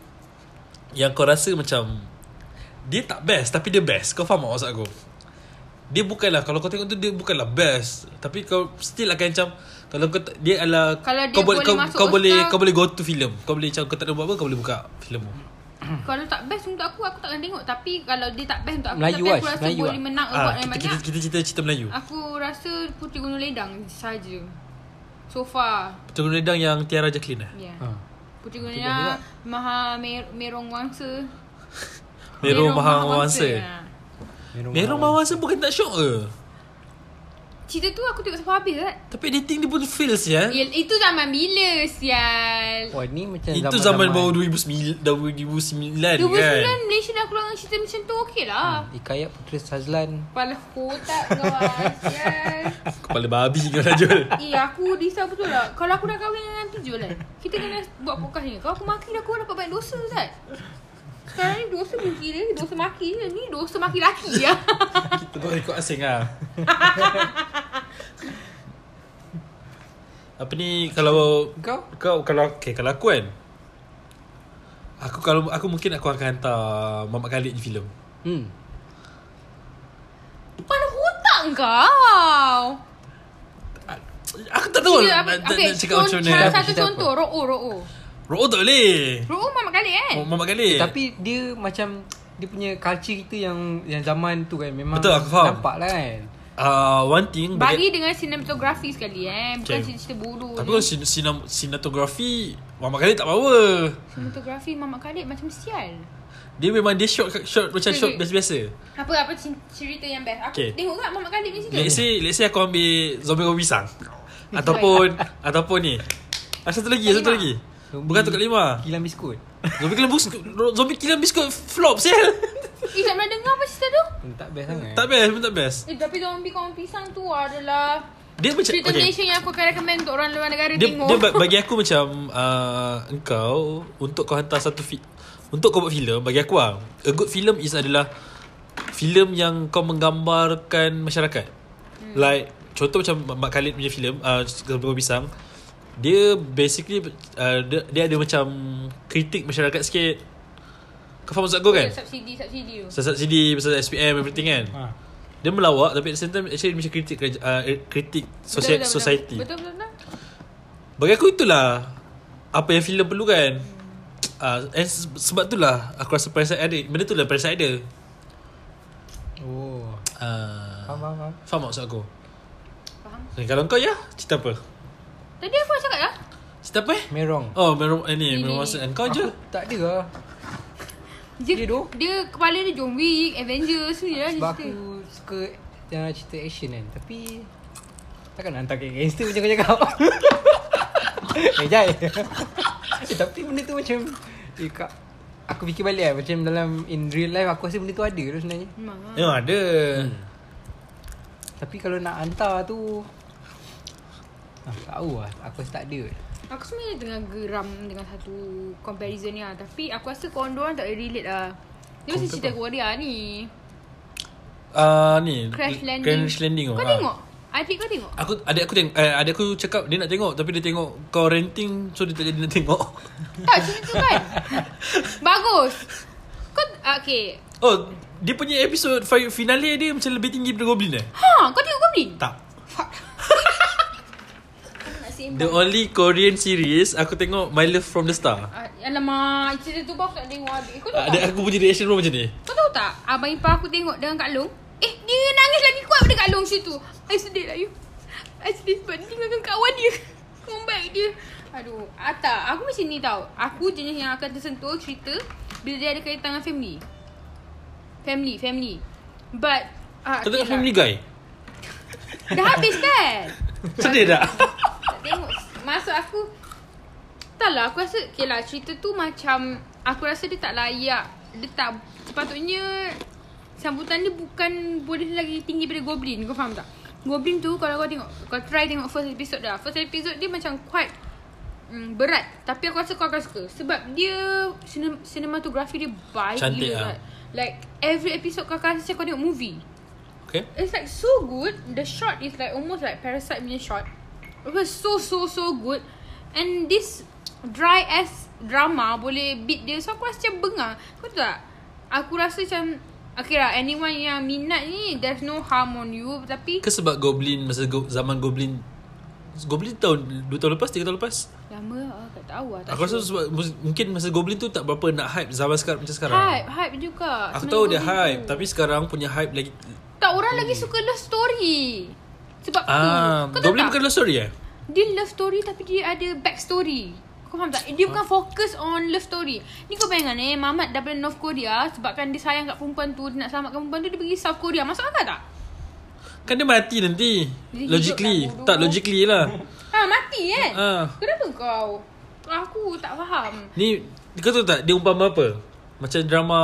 Yang kau rasa macam Dia tak best Tapi dia best Kau faham tak maksud aku Dia bukanlah Kalau kau tengok tu Dia bukanlah best Tapi kau still akan macam Kalau kau tak- Dia adalah
Kalau dia
kau
boleh
kau,
masuk
kau boleh
Oscar-
Kau boleh go to film Kau boleh macam Kau tak ada buat apa Kau boleh buka film tu
Kalau tak best untuk aku Aku takkan tengok Tapi kalau dia tak best untuk aku
Melayu
Tapi
lah,
aku rasa
Melayu
boleh
lah.
menang award
ah,
yang
kita,
banyak
kita, kita cerita cerita Melayu
Aku rasa Puteri Gunung Ledang saja. So far
Betul Redang yang Tiara Jacqueline eh?
yeah.
ha.
Puteri Gunung Ledang Maha Mer- Merong Wangsa
Merong Maha Wangsa.
ha.
Merong Mawasa bukan tak syok ke?
Cerita tu aku tengok sampai habis kan
Tapi dating dia pun feels ya.
Ya, itu zaman bila sial
Oh,
Wah Oh, ni macam
Itu zaman, baru 2009 2009 kan.
2009
Hmm.
Malaysia dah keluar dengan cerita macam tu okey lah
Ikayat Putera Sazlan
Kepala kotak kau ah, sial
Kepala babi kau nak jual.
Eh aku risau betul lah Kalau aku dah kahwin dengan Pijol kan Kita kena buat podcast ni Kalau aku maki dah kau dapat banyak dosa Zat Sekarang ni dosa benci dia Dosa maki dia Ni dosa maki laki ya.
Kita buat rekod asing lah. [LAUGHS] Apa ni kalau
Kau?
kau kalau okay, kalau aku kan Aku kalau aku mungkin aku akan hantar Mamat Khalid je filem.
Hmm
Kepala hutang kau
Aku tak tahu
Cerita
nak,
Ya, apa,
nak,
okay,
nak cakap macam
cerita
mana.
apa?
Satu contoh Ro'o Ro'o
Ro'o tak boleh.
Ro'o mamat kali kan
Mamat Khalid.
Tapi dia macam Dia punya culture kita yang Yang zaman tu kan Memang
Betul, aku faham.
Nampak lah kan
Uh, one thing
Bagi dengan cinematografi sekali eh Bukan
Okay.
cerita-cerita bodoh
Tapi
ni.
kalau sin- sinem- sinematografi Muhammad Khalid tak power
Cinematografi Mamat Khalid macam sial
Dia memang dia shot shot macam
Wait,
shot
wait.
biasa-biasa
Apa apa cin- cerita yang best Aku
Okay.
tengok kat Mamat Khalid ni cerita
Let's say let's say aku ambil zombie kau pisang Ataupun Ataupun ni Ah, Satu lagi
Kat
Satu
lima.
lagi Bukan tu kat lima
Kilang biskut
Zombie kilang biskut Zombie kilang biskut Flop [LAUGHS] sial
Eh tak pernah dengar apa cerita tu
Hmm, Tak best sangat
Tak best pun tak best
Eh tapi zombie kawan pisang tu adalah
Dia macam
Cerita
okay.
Malaysia yang aku akan recommend untuk orang luar negara
dia,
tengok
dia ba- bagi aku macam uh, Engkau Untuk kau hantar satu fi- Untuk kau buat filem Bagi aku lah A good film is adalah Filem yang kau menggambarkan masyarakat hmm. Like Contoh macam Mak Khalid punya filem uh, Kebun Pisang Dia basically uh, dia, dia ada macam Kritik masyarakat sikit Kau faham maksud aku kan?
Subsidi Subsidi tu
Sesat CD Pasal SPM everything kan
Hmm.
ha.
Dia melawak Tapi at the same time Actually dia macam kritik kerja, uh, Kritik
Betul,
sosia-
betul,
society
Betul betul betul
bagi aku itulah Apa yang filem perlukan
Hmm.
Ah, uh, sebab itulah Aku rasa Parasite ada Benda tu lah Parasite ada
Oh
uh,
Faham faham
Faham
faham
tak maksud aku
Faham
okay, Kalau kau ya Cerita apa
Tadi aku dah cakap lah. dah
Cerita apa eh
Merong
Oh Merom eh, ni
Ni, ni,
Merom Masa Kau je
Hmm.
Aku Tak ada lah
Dia,
Dia
dia,
tu?
kepala dia John Wick Avengers ni lah
Sebab
dia
aku
cerita
suka uh, cerita action kan Tapi Takkan nak hantar kat gangster macam
[LAUGHS]
kau cakap Eh Jai eh, Tapi benda tu macam eh, kak, Aku fikir balik lah Macam dalam In real life Aku rasa benda tu ada tu sebenarnya
Memang lah
Memang ada
Tapi kalau nak hantar tu ah, Tak tahu lah Aku rasa tak ada
Aku sebenarnya tengah geram Dengan satu Comparison ni lah Tapi aku rasa korang diorang tak boleh relate lah Dia macam
Compare
cerita
apa?
Korea ni
Ah Ni
Crash Landing
Crash Landing
Kau
ah.
tengok? Adik kau tengok?
Aku adik aku tengok eh, adik aku cakap dia nak tengok tapi dia tengok kau renting so dia tak jadi nak tengok. [LAUGHS]
Tak cerita tu kan Bagus Kau ah, Okay
Oh, dia punya episod fi- finale dia macam lebih tinggi daripada Goblin eh?
Ha kau tengok Goblin?
Tak.
Nak
The
sembang
only Korean series Aku tengok My Love From The Star
Ah, Alamak Cerita tu pun aku tak tengok habis Kau tahu tak?
Ada aku punya reaction room macam ni
Kau tahu tak? Abang Ipah aku tengok dengan Kak Long Eh dia nangis lagi kuat pada Kak Long situ I sedih lah you I sedih sebab dia tinggalkan kawan dia [LAUGHS] Kawan baik dia Aduh ah, tak Aku macam ni tau Aku jenis yang akan tersentuh cerita Bila dia ada kaitan dengan family Family Family But ah,
Kau
okay
tengok
lah.
Family
[LAUGHS]
Guy
Dah habis kan
Sedih tak?
Tak Tengok Maksud aku Tak lah aku rasa Okay lah cerita tu macam Aku rasa dia tak layak Dia tak Sepatutnya Sambutan dia bukan Boleh lagi tinggi daripada Goblin Kau faham tak Goblin tu kalau kau tengok Kau try tengok first episode dah First episode dia macam quite mm, Berat Tapi aku rasa kau akan suka Sebab dia sinem- Cinematography dia baik
Cantik
gila
lah.
kan. Like every episode kau akan rasa macam kau tengok movie
Okay
It's like so good The shot is like almost like Parasite punya shot It was so so so good And this dry ass drama boleh beat dia So aku rasa macam bengar Kau tahu tak Aku rasa macam Okay lah anyone yang minat ni There's no harm on you Tapi
Ke sebab Goblin Masa go, zaman Goblin Goblin tahun 2 tahun lepas 3 tahun lepas
Lama lah tak tahu lah tak
Aku rasa sebab mus- Mungkin masa Goblin tu Tak berapa nak hype Zaman sekarang macam sekarang
Hype Hype juga
lah. Aku
Senang
tahu dia
Goblin
hype
tu.
Tapi sekarang punya hype lagi
Tak orang lagi suka love story Sebab
Ah,
tu Kau tahu
Goblin
tak
bukan love story eh
Dia love story Tapi dia ada back story Kau faham tak Dia
Ah.
bukan fokus on love story Ni kau bayangkan eh Mamat daripada North Korea Sebabkan dia sayang kat perempuan tu Dia nak selamatkan perempuan tu Dia pergi South Korea Masuk akal tak
Kan dia mati nanti
Dia hidup
Logically
lah bodoh.
Tak logically lah
Ha mati kan
Ah.
Kenapa kau Aku tak faham
Ni Kau tahu tak Dia umpama apa Macam drama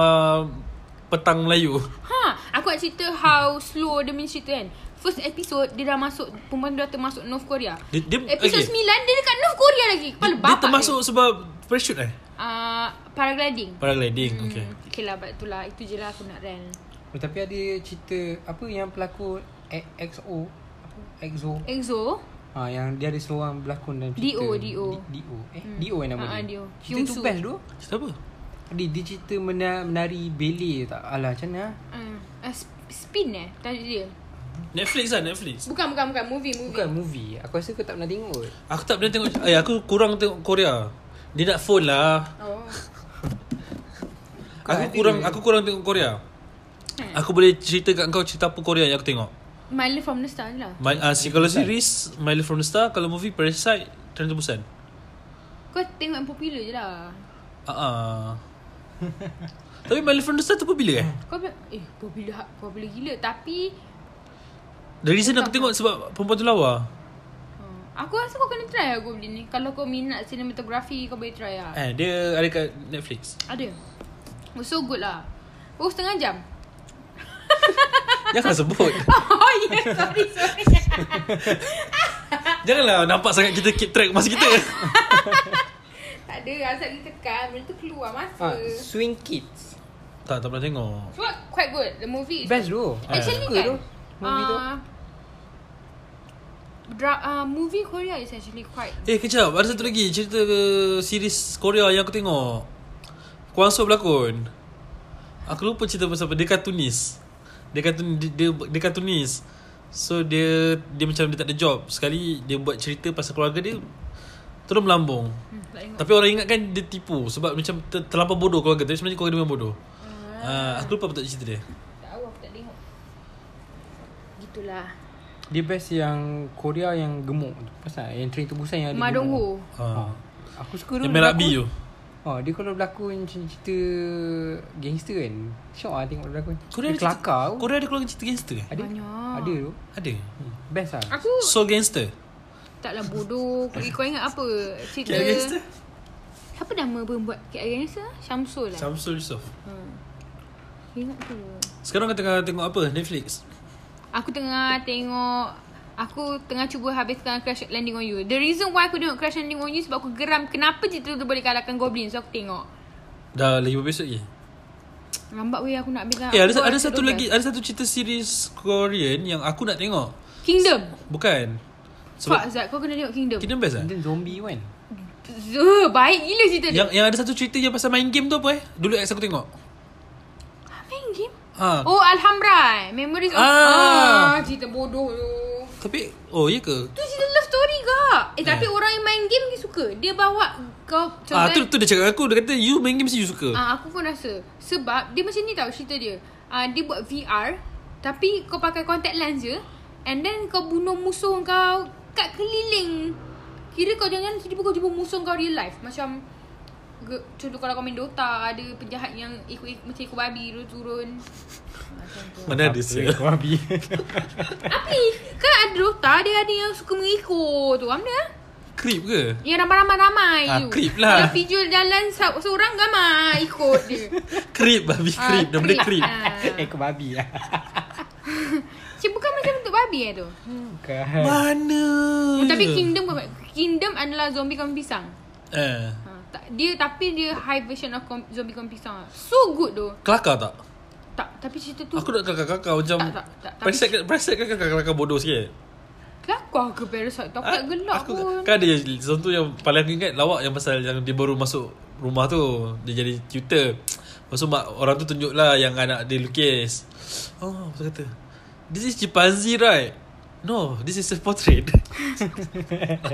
Petang Melayu
Ha, aku nak cerita how slow dia punya cerita kan. First episode dia dah masuk perempuan tu dah termasuk North Korea.
Dia- dia-
episode
okay.
9 dia dekat North Korea lagi. Kepala
Dia
bapak.
termasuk sebab Parachute eh
uh, paragliding.
Paragliding Okay
Okay lah, but itulah. Itu je lah aku nak rant.
Oh, tapi ada cerita apa yang pelakon A- XO apa EXO
EXO.
ha yang dia ada seorang berlakon dalam
DO,
cerita
DO.
D- DO eh DO yang nama
Ah, ah,
dia
DO.
cerita tu
Kyung-soo.
best tu
Cerita apa
dia, dia cerita mena- menari ballet tak alah macam mana ah?
Uh, uh, spin eh tajuk dia.
Netflix lah Netflix
Bukan, bukan, bukan. Movie, movie.
bukan movie aku rasa kau tak pernah tengok kot.
Aku tak pernah tengok eh, Aku kurang tengok Korea Dia nak phone lah
Oh.
Kau
Aku
ada-
kurang Aku kurang tengok Korea
Hmm.
Aku boleh cerita kat kau Cerita apa Korea yang aku tengok
My Love from the Star je lah.
My, uh, si, Kalau series My Life from the Star Kalau movie Parasite Trend Busan
Kau tengok yang popular je lah.
Ah, ah. Tapi My Life from the Star tu pun bila eh
Kau bilang, eh popular, popular gila. Tapi
The reason aku tengok Sebab perempuan tu lawa
Uh, aku rasa kau kena try lah Goblin ni. Kalau kau minat cinematography, kau boleh try lah.
Eh dia ada kat Netflix
Ada. Oh, so good lah. Oh, setengah jam. [LAUGHS]
Jangan sebut
Oh, yeah.
[LAUGHS]
Sorry, sorry.
Janganlah nampak sangat kita keep track masa kita
tak ada. Azab dia tekan. Benda tu keluar masa.
ah Swing Kids
[LAUGHS] Tak tak pernah tengok
Sebab quite good. The movie is
best tu
Ah.
Actually
Suka
kan.
tu movie tu
ah, Dra- uh, movie Korea is actually quite
Eh kejap Ada satu lagi Cerita ke Series Korea yang aku tengok Kwang Soo berlakon Aku lupa cerita pasal apa Dia kartunis Dia kartun dia, dia, dia kartunis So dia Dia macam dia tak ada job Sekali dia buat cerita Pasal keluarga dia Terus melambung
hmm, tak ingat.
Tapi orang ingat kan Dia tipu Sebab macam ter, Terlampau bodoh keluarga Tapi sebenarnya keluarga dia memang bodoh Ah, Aku lupa betul cerita dia
Tak tahu aku tak tengok. Gitulah.
dia best yang Korea yang gemuk tu pasal yang train tu busan yang ada
Madong
gemuk.
Ho.
Ah.
ah.
Aku suka
Yang
dia
merah B
berlakon.
tu
Oh, dia kalau berlakon macam cerita gangster kan. Syok ah tengok dia berlakon.
Korea
dia
ada
kelakar.
cerita,
tau.
Korea ada keluarga cerita gangster eh?
Ada.
Banyak.
Ada tu.
Ada
Hmm, Best lah.
Aku
Soul gangster
Taklah bodoh Kau, kau ingat apa Cerita
Kira gangster
Siapa nama perempuan Kak Gangster Syamsul lah
Samsul Yusof
hmm. Kau Ingat tu
Sekarang kau tengah tengok apa? Netflix?
Aku tengah tengok Aku tengah cuba habiskan Crash Landing on You The reason why aku tengok Crash Landing on You Sebab aku geram Kenapa cerita tu boleh kalahkan Goblin So aku tengok
Dah lagi berapa episod lagi?
Lambat weh aku nak habiskan
Eh ada,
Ya, Aku
ada
rasa
satu
12.
lagi Ada satu cerita series Korean Yang aku nak tengok
Kingdom
Bukan
Fuck
Sebab
Zat kau kena tengok Kingdom
Kingdom Best lah
Dia zombie kan.
Zuh, Baik gila cerita dia
yang, yang ada satu cerita Yang pasal main game tu apa eh Dulu ex aku tengok
Apa yang game
ha.
Oh
oh.
Alhambra eh. Memories of
Ah.
ah Cerita bodoh tu
Tapi Oh iya ke?
Tu cerita love story ke? Eh, tapi
Eh.
orang yang main game dia suka. Dia bawa kau
Ah tu,
contoh.
tu dia cakap aku Dia kata you main game mesti you suka
Ah, aku pun rasa sebab dia macam ni tau cerita dia. Ah dia buat VR tapi kau pakai contact lens je and then kau bunuh musuh kau kat keliling. Kira kau jangan tiba kau jumpa musuh kau real life macam ge- contoh kalau kau main Dota ada penjahat yang ikut, macam ikut babi tu turun. Macam tu.
Mana ada
[LAUGHS]
sih
Zombie.
Apa ni? Kan ada Dota dia ada yang suka mengikut tu. Apa dia?
Creep ke?
Yang ramai-ramai-ramai
Ah,
tu
creep lah.
Kalau pijul jalan sa- Seorang gamai Ikut dia
[LAUGHS] Creep babi
Ah,
creep Nama dia
[LAUGHS]
creep.
creep
Ah.
eh ke babi lah.
Cik bukan macam tu babi eh tu
Bukan
Mana
Ah.
Hmm.
Tapi Kingdom bukan- Kingdom adalah zombie kawan pisang
Eh
ha, tak, Dia tapi dia high version of kom, zombie kawan pisang lah. So good tu
Kelakar tak?
Tak tapi cerita tu
Aku nak kelakar-kelakar macam
Tak, tak, tak. Tapi-
Parasite kan- Parasite kan kelakar-kelakar bodoh sikit
Oh, Kelakar ke Parasite tu Aku tak
Ah,
gelak
aku,
pun
Kan ada Contoh yang paling aku ingat Lawak yang pasal Yang dia baru masuk rumah tu Dia jadi tutor Lepas tu mak, orang tu tunjuk lah Yang anak dia lukis Oh Aku kata This is chimpanzee right No This is a portrait [LAUGHS]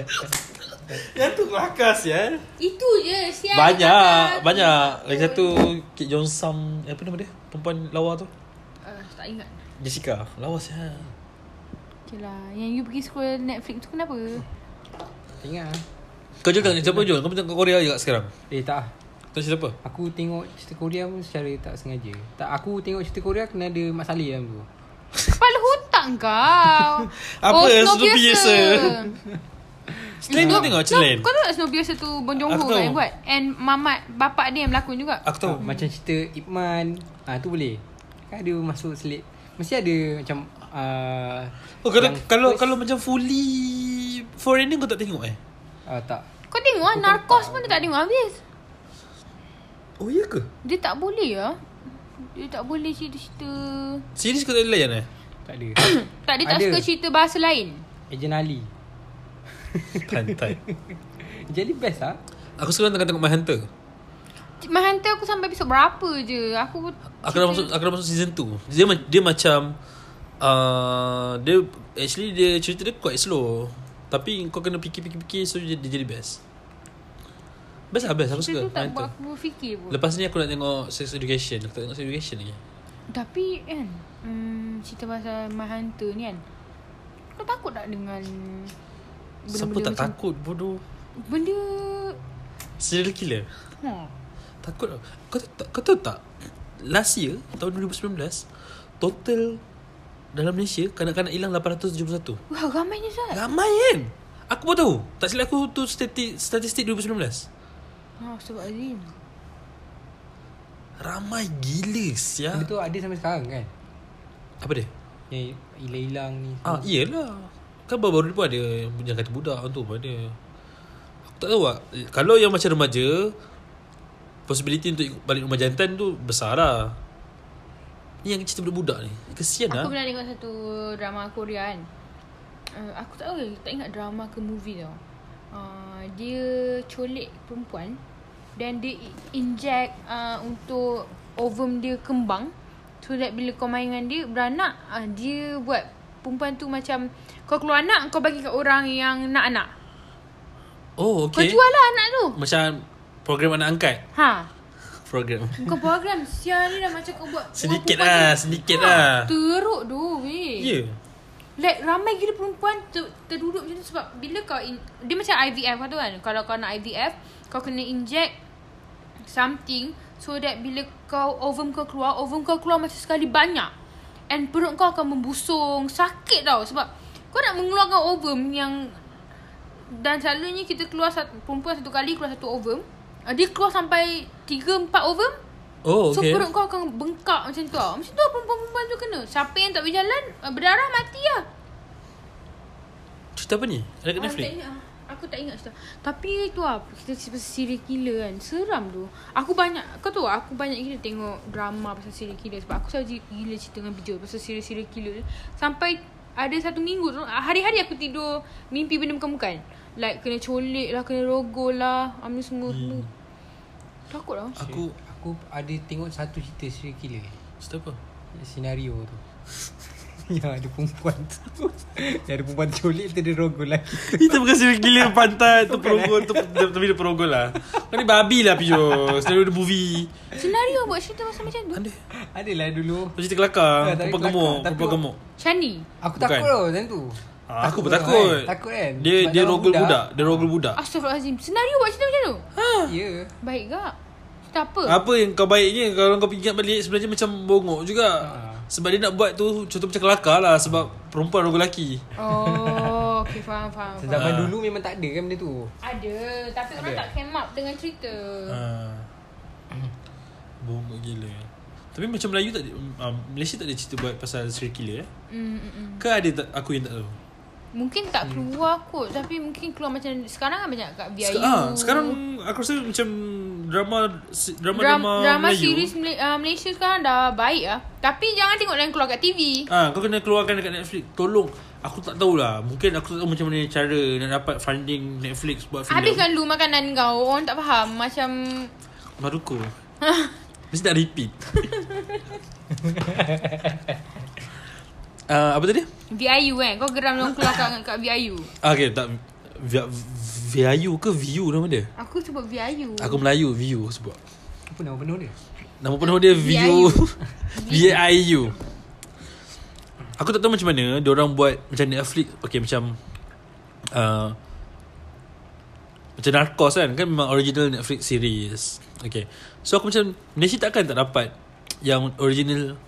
Yang tu kelakar sial
Itu je sial
Banyak
Kelakar.
Banyak Lagi satu Kit Jong Sam eh, Apa nama dia Perempuan lawa tu
Ah, Tak ingat
Jessica Lawa sial
Okay lah Yang you pergi scroll Netflix tu kenapa
Ingat lah
Kau juga siapa Jom Kau tengok Korea juga sekarang
Eh tak lah
Kau siapa
Aku tengok cerita Korea pun secara tak sengaja Tak aku tengok cerita Korea kena ada Mat Salleh dalam tu
Kepala hutang kau
[LAUGHS] Apa Snowpiercer? Selain kau
Snow-
tengok
Snow-
Selain
Kau tahu tak Snowpiercer tu Bon Joon
Aku
Ho
tahu.
yang buat And Mamat Bapak dia yang berlakon juga
Aku tahu
oh. Macam cerita Ip Man ha, Tu boleh Kan ada masuk selit Mesti ada macam uh,
Oh kalau
yang
kalau
first-
kalau macam fully foreigner kau tak tengok eh?
uh, Tak
Kau tengok lah Narcos pun dia tak tengok habis
Oh iya ke?
Dia tak boleh lah Dia tak boleh cerita-cerita
Series kau tak layan [LAUGHS] eh?
Tak ada
Tak dia tak
Ada.
suka cerita bahasa lain
[COUGHS] Ejen Ali
Pantai.
Ejen Ali best lah
aku sekarang tengah tengok My Hunter.
Mahantar aku sampai episod berapa je Aku
Aku dah masuk aku dah masuk season 2. Dia ma- dia macam uh, dia actually dia cerita dia quite slow. Tapi kau kena fikir-fikir-fikir so dia, dia jadi best. Best lah best aku
Cerita tu
suka My
tak buat
Hunter.
aku berfikir pun
Lepas ni aku nak tengok Sex Education. Aku tak tengok Sex Education lagi.
Tapi kan hmm, Cerita pasal Mahantar ni kan Kau takut tak dengan
Siapa
macam-
tak takut bodoh.
Benda Ha,
Serial killer.
huh.
Takut tau. Kau tahu tak, kau tahu tak Last year Tahun 2019 Total Dalam Malaysia Kanak-kanak hilang 871
Wah ramainya Zat
Ramai kan Aku pun tahu Tak silap aku tu statistik, statistik 2019
Ha sebab Azim
Ramai gila
ha?
siap
Benda tu ada sampai sekarang kan
Apa dia?
Yang hilang-hilang ni
Ah
Hmm.
iyalah Kan baru-baru ni pun ada Yang kata budak tu pun ada Aku tak tahu lah Kalau yang macam remaja Possibility untuk ikut balik rumah jantan tu Besar lah Ni yang cerita budak-budak ni Kesian lah
Aku pernah tengok satu drama Korea kan. Uh, aku tak tahu, tak ingat drama ke movie tau. Uh, dia colik perempuan dan dia i- inject uh, untuk ovum dia kembang. So that bila kau main dengan dia beranak, uh, dia buat perempuan tu macam kau keluar anak kau bagi kat orang yang nak anak. Kau
Oh okay
jual lah anak tu.
Macam program anak angkat [LAUGHS]
Ha.
Program
Kau program sial ni dah macam kau buat
Sedikit
orang perempuan
lah
tu-
Sedikit
Ha,
lah
Teruk tu weh.
Ya
Like ramai gila perempuan ter, terduduk macam tu sebab bila kau in, dia macam IVF kau tu kan. Kalau kau nak IVF, kau kena inject something so that bila kau ovum kau keluar, ovum kau keluar macam sekali banyak. And perut kau akan membusung, sakit tau sebab kau nak mengeluarkan ovum yang dan selalunya kita keluar satu, perempuan satu kali keluar satu ovum. Ah, Dia keluar sampai 3 4 ovum.
Oh
So
okay
perut kau akan bengkak macam tu tau. Macam tu lah perempuan-perempuan tu kena. Siapa yang tak boleh jalan, ah, berdarah mati lah.
Cerita apa ni? Ada kat
Ah,
Netflix?
tak ingat ah. Aku tak ingat cerita. Tapi tu lah kita pasal serial killer kan. Seram tu. Aku banyak kau tahu tak, aku banyak gila tengok drama pasal serial killer sebab aku selalu gila cerita dengan bijul pasal serial-serial killer. ni. Sampai ada satu minggu tu hari-hari aku tidur mimpi benda bukan-bukan. Like kena colik lah, kena rogol lah, ambil semua hmm. Takut lah.
Aku
Aku ada tengok satu cerita serial killer
Cerita [LAUGHS] apa?
Senario tu [LAUGHS] Yang ada perempuan tu [LAUGHS] Yang ada perempuan culik tu dia rogol lagi
Itu bukan serial gila pantat Itu perogol tu, Tapi dia perogol lah Kau ni eh. babi lah Pijo Selalu ada movie
Senario buat cerita pasal macam tu.
Ada
Adalah dulu
Kau cerita kelakar
Ya, tapi
Perempuan
kelakar.
gemuk
Tapi-
Perempuan gemuk
Shani.
Aku
Bukan.
takut tau macam tu
Ah, Aku pun
kan?
takut
Takut kan
Dia
Sebab
dia
zaman
rogol budak Dia rogol budak
Astaghfirullahalazim. Senario buat cerita macam tu.
Ya
Ah.
Baik gak? Cerita apa?
Apa yang kau baiknya Kalau kau ingat balik Sebenarnya macam bongok juga
Ah.
Sebab dia nak buat tu Contoh macam kelakar lah Sebab perempuan rogol laki
Oh, okay faham faham. faham.
Zaman
Ah.
dulu memang tak ada kan benda tu
Ada, tapi orang Ya.
Ada.
Ha.
tak came up dengan cerita.
Ah. Bongok gila Tapi macam Melayu tak ada, uh, Malaysia tak ada cerita buat pasal serial killer eh?
Mm, mm, mm.
Ke ada tak, aku yang tak tahu?
Mungkin
Hmm.
tak keluar kot Tapi mungkin keluar macam Sekarang kan banyak kat BIU
Sek- ah, sekarang aku rasa macam drama si- drama drama,
Dram- drama
Melayu.
series Mala- uh, Malaysia sekarang dah baik lah Tapi jangan tengok yang keluar kat TV
Ah, kau kena keluarkan dekat Netflix. Tolong. Aku tak tahulah. Mungkin aku tak tahu macam mana cara nak dapat funding Netflix buat filem.
Habiskan lu makanan kau Orang tak faham Macam [LAUGHS]
Maruko. Mesti nak [LAUGHS] repeat. uh, apa tadi?
VIU kan Kau geram orang keluar kat, kat VIU
Ah, okay, tak. Vi- VIU ke VIU nama dia?
Aku sebut VIU
Aku Melayu, VIU sebut.
Apa nama penuh dia?
Nama penuh dia VIU.
VIU.
[LAUGHS] VIU. Aku tak tahu macam mana orang buat macam Netflix okay macam uh, macam Narcos kan kan memang original Netflix series. Okay. So aku macam Malaysia takkan tak dapat yang original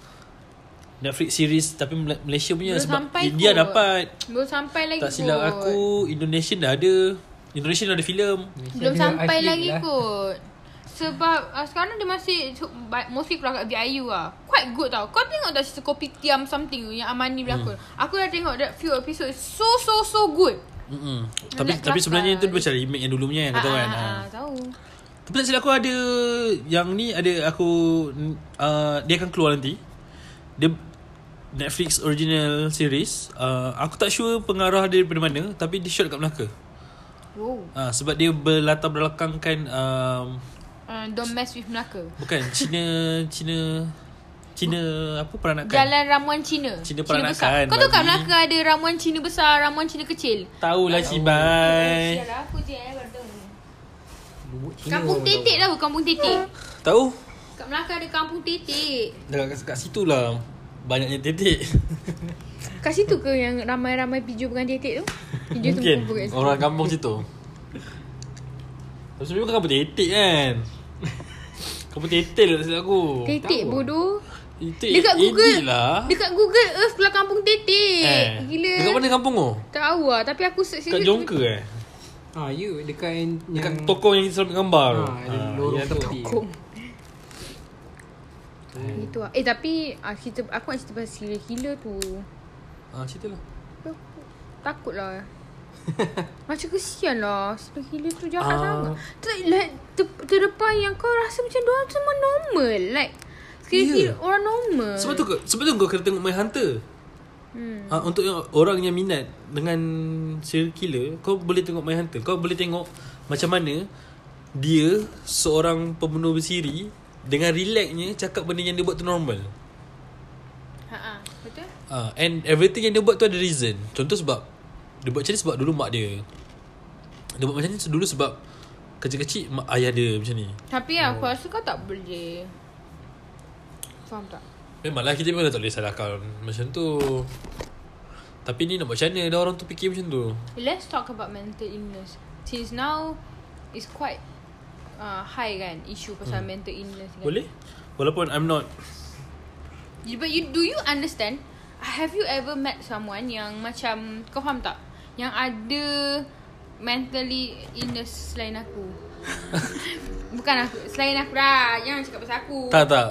Netflix series tapi Mala- Malaysia punya
Belum
sebab
sampai
India
kot.
dapat.
Belum sampai lagi
Tak silap
kot.
aku Indonesia dah ada. Indonesia dah ada filem.
Malaysia
Belum
ada
sampai
Ashley
lagi
lah.
kot sebab uh, sekarang dia masih so, ba- mostly keluar kat VIU lah. Quite good tau. Kau tengok tak cerita Kopitiam something yang Amani
Hmm.
berlakon. Aku dah tengok that few episodes. So so so good.
Mm-mm. Tapi
Nak kelakar.
tapi sebenarnya itu macam remake yang dulu punya kan kau tahu kan.
Ah, ah,
Ha.
ah, tahu.
Tapi tak silap aku ada Yang ni ada aku uh, Dia akan keluar nanti Dia Netflix original series uh, Aku tak sure pengarah dia daripada mana Tapi dia shot kat Melaka
Wow.
uh, Sebab dia berlatar belakangkan um,
Uh, don't mess with Melaka.
Bukan Cina Cina Cina apa peranakan
Jalan ramuan Cina.
Kan? Cina peranakan,
besar. Kau tahu kat
babi.
Melaka ada ramuan Cina besar, ramuan Cina kecil.
Tahu lah Cibai
Sialah aku je eh baru tahu.
Lumut Cina
Kampung
orang
Tetik tahu, Kampung Tetik.
Tahu
Kat Melaka ada Kampung Tetik.
Dekat kat situ lah Banyaknya titik
Kat situ ke yang ramai-ramai piju bukan titik tu? Piju tu
Mungkin
kumpul
Oh.
kan? kat situ.
Orang kampung situ Tapi sebenarnya kau kampung tetik kan Kampung tetik lah silap aku
Titik
tahu.
bodoh.
Tetik
Dekat Google.
Edik lah
Dekat Google Earth pula kampung titik. Gila.
Eh. Dekat mana kampung kau?
Tak tahu lah tapi aku search
Dekat
search-
Jongka eh
tu. Ah, you dekat yang,
Dekat
yang
toko yang kita ambil gambar
Ah,
tu
ada
Ah,
lorong
yang tu.
tepi.
Kong.
Hmm.
Itu lah. Eh tapi ah, kita, aku nak cerita pasal serial killer tu.
Ah, cerita lah
Tapi Aku takut
[LAUGHS]
lah. macam kesian lah Serial killer tu jahat
Ah.
sangat ter, like, ter, Terdepan yang kau rasa macam Diorang semua normal Like Serial
Ya.
killer orang normal
Sebab tu ke- sebab tu kau kena tengok My Hunter
hmm.
Ah, untuk yang orang yang minat dengan serial killer, kau boleh tengok My Hunter. Kau boleh tengok macam mana dia seorang pembunuh bersiri dengan relaxnya cakap benda yang dia buat tu normal.
Ha betul?
Ah, and everything yang dia buat tu ada reason. Contoh sebab dia buat macam ni sebab dulu mak dia. Dia buat macam ni dulu sebab kecil-kecil mak ayah dia macam ni.
Tapi aku
Oh.
rasa kau tak boleh. Faham tak?
Memanglah kita memang tak boleh salahkan macam tu. Tapi ni nak buat macam mana dah orang tu fikir macam tu.
Let's talk about mental illness. Since now it's quite uh, high kan issue pasal hmm. mental illness kan.
Boleh? Walaupun I'm not
You- But you do you understand? Have you ever met someone yang macam kau faham tak? Yang ada mentally illness selain
[LAUGHS]
aku. Bukan aku, selain aku dah. Jangan cakap pasal aku.
Tak tak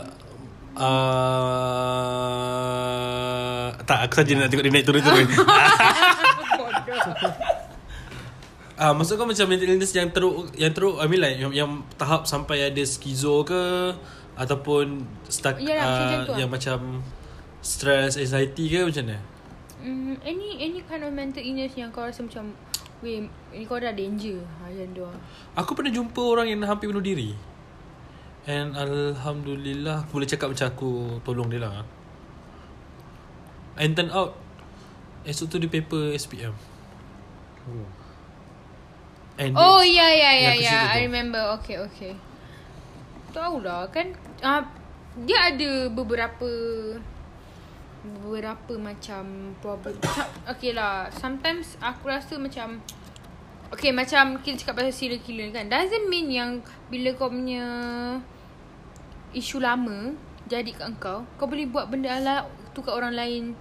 uh, Tak aku saja nak tengok dia naik turun-turun
[LAUGHS] Bodoh.
Ah, Maksud kau macam mental illness yang teruk Yang teruk I mean like yang, yang tahap sampai ada skizo ke Ataupun stuck,
Yalah, macam macam tu lah.
Yang macam Stress, anxiety ke macam mana
Mm, any any kind of mental illness yang kau rasa macam Weh, ni kau dah danger ha, Yang dia
Aku pernah jumpa orang yang hampir bunuh diri And Alhamdulillah Aku boleh cakap macam aku tolong dia lah And turn out Esok tu dia paper SPM
Oh.
And dia-
Oh, ya, ya, ya,
Yang
ya
kecil tu tu.
I remember, okay, okay Tahu lah, kan uh, Dia ada beberapa Beberapa macam
[COUGHS]
problem Sa- Okay lah, sometimes aku rasa macam Okay, macam kita cakap pasal serial killer kan Doesn't mean yang bila kau punya isu lama jadi kat engkau kau boleh buat benda ala tu kat orang lain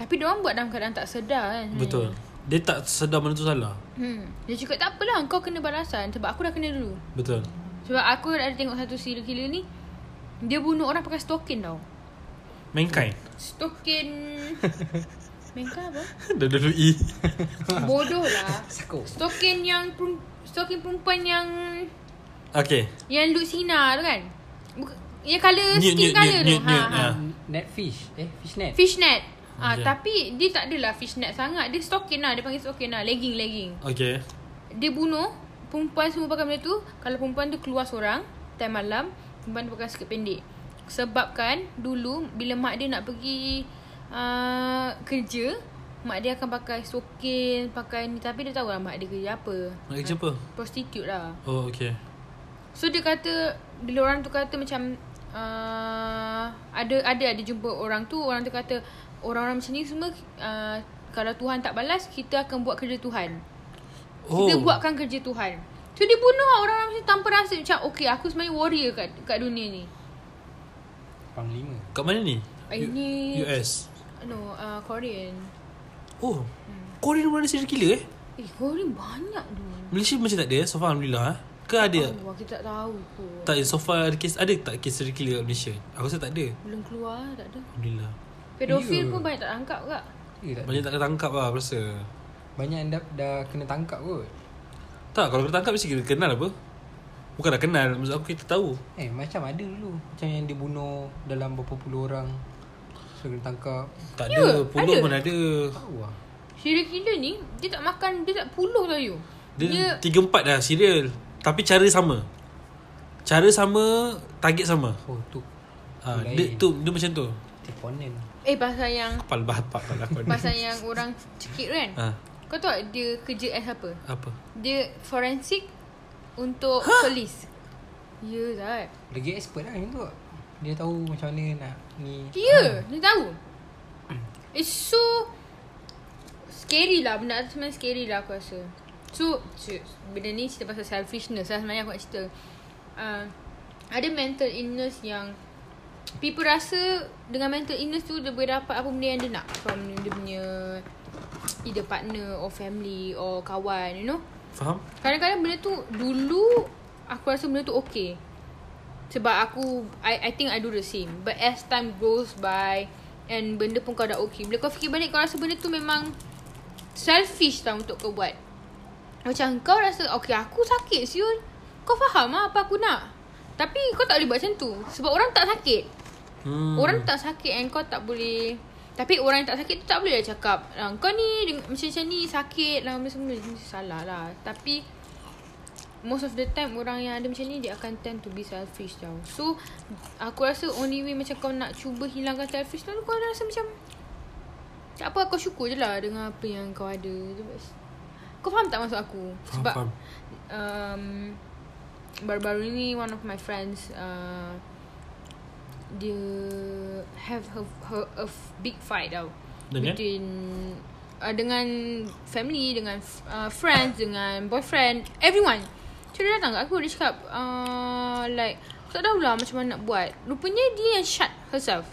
tapi dia orang buat dalam keadaan tak sedar kan
Betul Dia tak sedar benda tu salah
hmm. dia cakap tak apalah kau kena balasan sebab aku dah kena dulu
Betul
sebab aku ada tengok satu serial killer ni Dia bunuh orang pakai stokin tau
Mankind [LAUGHS]
[LAUGHS] Stokin Mengka apa?
WWE
Bodoh lah
Saku
Stokin yang perum- Stokin perempuan yang
[LAUGHS] Okay
Yang Lucina tu kan Buka, Yang colour
Nude,
skin
nude,
colour tu
nude, ya. nude,
ha, ha.
nude,
Net fish Ah. Eh fishnet
Fishnet Ah,
Okay.
Tapi dia tak adalah fishnet sangat Dia stokin lah Dia panggil stokin lah Legging legging
Okay
Dia bunuh Perempuan semua pakai benda tu Kalau perempuan tu keluar seorang Time malam Perempuan tu pakai skirt pendek Sebabkan Dulu Bila mak dia nak pergi uh, Kerja Mak dia akan pakai stokin Pakai ni Tapi dia tahu lah Mak dia kerja apa
Nak kerja apa?
Prostitute lah
Oh okay
So dia kata Bila orang tu kata macam uh, Ada ada ada jumpa orang tu Orang tu kata Orang-orang macam ni semua uh, Kalau Tuhan tak balas Kita akan buat kerja Tuhan
Oh
kita buatkan kerja Tuhan So dia bunuh lah orang-orang macam tanpa rasa Macam okay aku sebenarnya warrior kat, kat dunia ni
Panglima
Kat mana ni?
Eh, Ini
US
No uh, Korean
Oh Korea mana serial killer eh?
Eh Korean banyak tu
Malaysia macam tak ada eh So far Alhamdulillah eh? Ke ada?
Allah kita tak tahu pun
Tak so far ada kes, ada tak kes serial killer kat Malaysia? Aku rasa tak ada
Belum keluar tak ada
Alhamdulillah
Pedofil
Ya.
pun banyak tak tangkap kak
Eh, tak-
Banyak tak ketangkap lah aku rasa
Banyak anda dah kena tangkap kot
Tak kalau ketangkap mesti kita kenal apa Bukan dah kenal Maksud aku kita tahu
Eh macam ada dulu Macam yang dia bunuh Dalam berapa puluh orang So kena tangkap
Tak
Ya,
ada Puluh
ada.
pun ada
Tahu lah
Serial killer ni Dia tak makan Dia tak puluh tau you Ya.
Dia tiga empat dah serial Tapi cara sama Cara sama Target sama
Oh tu
ha,
Lain.
dia, tu, dia macam tu
Teleponen
Eh pasal yang
Apal bapak lah kau ni
Pasal yang orang cekik tu kan
ha,
Kau tahu tak dia kerja as apa?
Apa
Dia forensik Untuk polis Ya Zat
Lagi expert lah macam tu Dia tahu macam mana nak Ni
Ya, dia tahu. It's so scary lah benda tu sebenarnya scary lah aku rasa. So, so benda ni cerita pasal selfishness lah sebenarnya aku nak cerita. Uh, ada mental illness yang people rasa dengan mental illness tu dia boleh dapat apa benda yang dia nak from dia punya either partner or family or kawan you know.
Faham
Kadang-kadang benda tu dulu aku rasa benda tu okay. Sebab aku I I think I do the same. But as time goes by and benda pun kau dah okay. Bila kau fikir balik kau rasa benda tu memang selfish tau untuk kau buat. Macam kau rasa okay aku sakit siul. Kau faham lah apa aku nak. Tapi kau tak boleh buat macam tu. Sebab orang tak sakit.
hmm.
Hmm. Orang tak sakit and kau tak boleh Tapi orang yang tak sakit tu tak boleh lah cakap ah, Kau ni deng- macam-macam ni sakit lah Macam semua ni salah lah Tapi Most of the time orang yang ada macam ni Dia akan tend to be selfish tau So Aku rasa only way macam kau nak cuba hilangkan selfish tu Kau rasa macam Tak apa kau syukur je lah Dengan apa yang kau ada Kau faham tak maksud aku?
Faham, faham.
Um, Baru-baru ni one of my friends uh, dia have her, her a f- big fight tau
Dengan?
between uh, dengan family dengan f- uh, friends dengan boyfriend everyone so dia datang kat aku dia cakap uh, like aku tak tahulah macam mana nak buat rupanya dia yang shut herself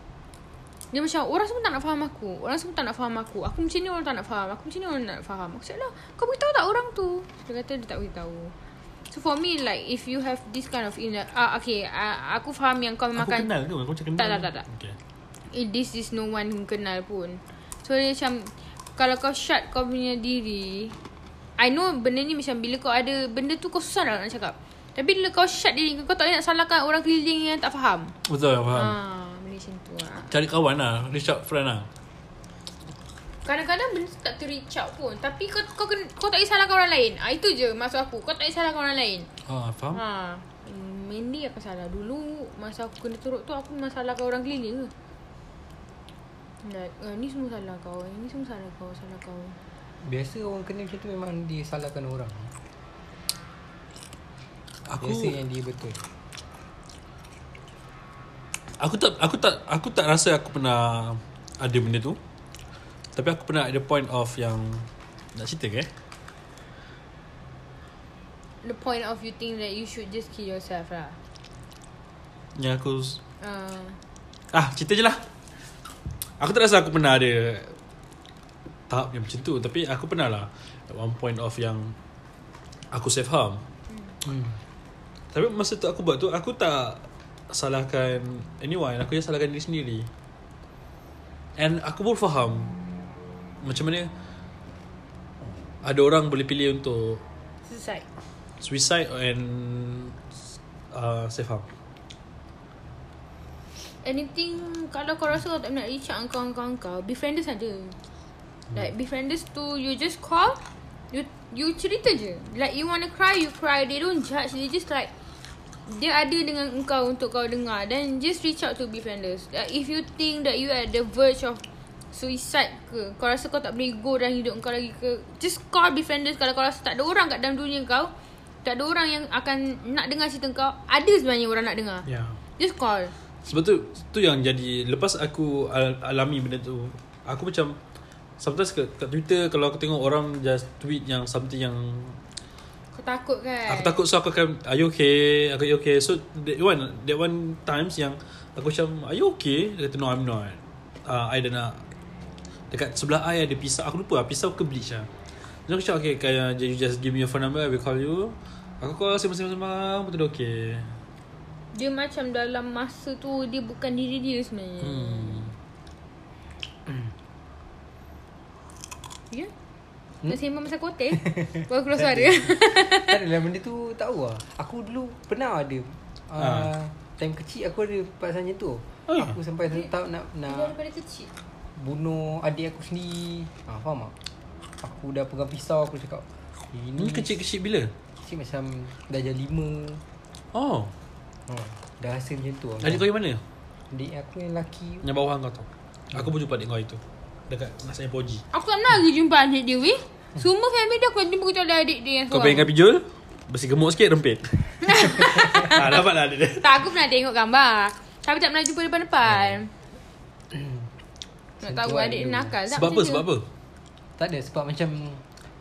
dia macam orang semua tak nak faham aku Orang semua tak nak faham aku Aku macam ni orang tak nak faham Aku macam ni orang tak nak faham Aku cakap lah Kau beritahu tak orang tu Dia kata dia tak beritahu So for me like If you have this kind of inner ah Okay ah, Aku faham yang kau
Aku
makan
kenal ke Aku macam kenal
Tak, tak, tak, tak.
okay.
It, Eh, this is no one who kenal pun So dia macam Kalau kau shut kau punya diri I know benda ni macam Bila kau ada Benda tu kau susah lah nak cakap Tapi bila kau shut diri kau Kau tak boleh nak salahkan orang keliling yang tak faham
Betul lah
ha.
faham
Benda macam tu lah
Cari kawan lah Reach out friend lah
Kadang-kadang benda tu tak terreach out pun Tapi kau kau, kena, kau tak boleh salahkan orang lain ha, Itu je maksud aku Kau tak boleh salahkan orang lain
ha, Faham
ha. Hmm, Mainly aku salah Dulu Masa aku kena teruk tu Aku memang salahkan orang keliling ke Like, uh, ni semua salah kau Ini semua salah kau Salah kau
Biasa orang kena macam tu Memang disalahkan orang
Aku
Biasa yang dia betul
Aku tak aku tak aku tak rasa aku pernah ada benda tu. Tapi aku pernah at the point of yang nak cerita ke?
The point of you think that you should just kill yourself lah
Yang aku
uh,
ah cerita je lah. Aku tak rasa aku pernah ada tahap yang macam tu tapi aku pernah lah at one point of yang aku self harm.
hmm.
Tapi masa tu aku buat tu aku tak salahkan anyone Aku just salahkan diri sendiri And aku pun faham Macam mana Ada orang boleh pilih untuk
Suicide
Suicide and uh, Saya faham
Anything Kalau kau rasa kau tak nak reach out Kau kau kau Befrienders ada Like befrienders tu You just call You you cerita je Like you wanna cry You cry They don't judge They just like Dia ada dengan engkau Untuk kau dengar Then just reach out to befrienders like, If you think That you at the verge of Suicide ke Kau rasa kau tak boleh go Dalam hidup kau lagi ke Just call befrienders Kalau kau rasa tak ada orang Kat dalam dunia kau Tak ada orang yang akan Nak dengar cerita kau Ada sebenarnya orang nak dengar
Ya.
Yeah
Just call
Sebab tu Tu yang jadi Lepas aku al- alami benda tu Aku macam Sometimes kat, kat Twitter Kalau aku tengok orang Just tweet yang Something yang
Kau takut kan?
Aku takut So aku akan Are you okay Aku you okay So that one That one times yang Aku macam Are you okay Dia kata no I'm not uh, I dah nak Dekat sebelah I ada pisau Aku lupa lah, Pisau ke bleach lah Jadi aku cakap okay kaya, You just give me your phone number I will call you Aku call sembang-sembang Betul dah okay
Dia macam dalam masa tu Dia bukan diri dia sebenarnya hmm. Ya? Yeah? Hmm? Nak sembang pasal
[LAUGHS]
kotel? Baru keluar suara [LAUGHS]
Tak adalah benda tu tak tahu lah Aku dulu pernah ada uh,
Ah.
Time kecil aku ada perasaan macam tu
Ah.
Aku sampai satu tahun nak, nak
Daripada kecil
bunuh adik aku sendiri ha, Faham tak? Aku dah pegang pisau aku cakap "Eh, Ini
Ni kecil-kecil bila
kecil macam dah jadi lima
Oh
ha, Dah rasa macam tu lah.
Adik kau yang mana
Adik aku yang lelaki
Yang bawah kau tau Aku pun jumpa adik kau itu Dekat Nasib Poji
Aku tak nak lagi jumpa adik dia weh Semua family dia aku jumpa kecuali adik dia yang
Kau
seorang.
bayangkan pijol Bersih gemuk sikit [LAUGHS] rempit ha, Dapat lah adik dia
Tak aku pernah tengok gambar Tapi tak pernah jumpa depan-depan Nak
Oh.
tahu
Sentuhan
adik dia
dulu.
nakal tak
Sebab apa
macam dia.
sebab apa
Tak ada sebab macam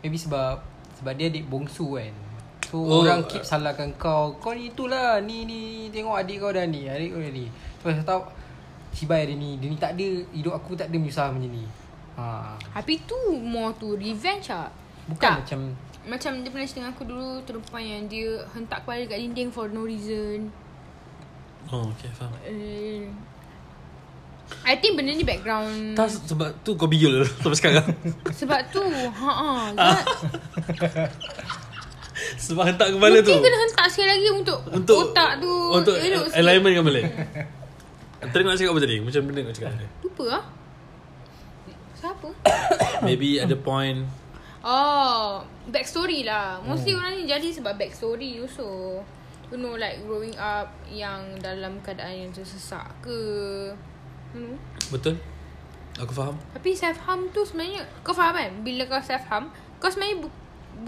Maybe sebab Sebab dia adik bongsu kan So
Oh.
oh. orang keep salahkan kau Kau ni itulah Ni ni Tengok adik kau dah ni Adik kau dah ni Sebab saya tahu Cibai dia ni Dia ni tak ada Hidup aku tak ada menyusah macam ni ha.
Tapi tu more tu revenge ah.
Bukan
tak.
macam
Macam dia pernah cerita dengan aku dulu Terdepan yang dia hentak kepala dekat dinding for no reason
Oh okay faham
uh, I think benda ni background
Tak sebab tu kau bijol [LAUGHS] sampai
[LAUGHS]
sekarang
Sebab tu ha ah,
Sebab hentak [LAUGHS] kepala
Mungkin
tu
kena hentak sekali lagi untuk, untuk
Untuk
otak tu
Untuk
elok sikit.
alignment dengan
[LAUGHS]
Malay Tadi kau nak cakap apa tadi Macam benda kau cakap tadi
Lupa lah Siapa?
Maybe ada point
Oh, backstory lah. Mostly hmm. orang ni jadi sebab backstory also. You know like growing up yang dalam keadaan yang sesak ke. Hmm. You know?
Betul Aku faham
Tapi self harm tu sebenarnya kau faham kan? Bila kau self harm, kau sebenarnya bu-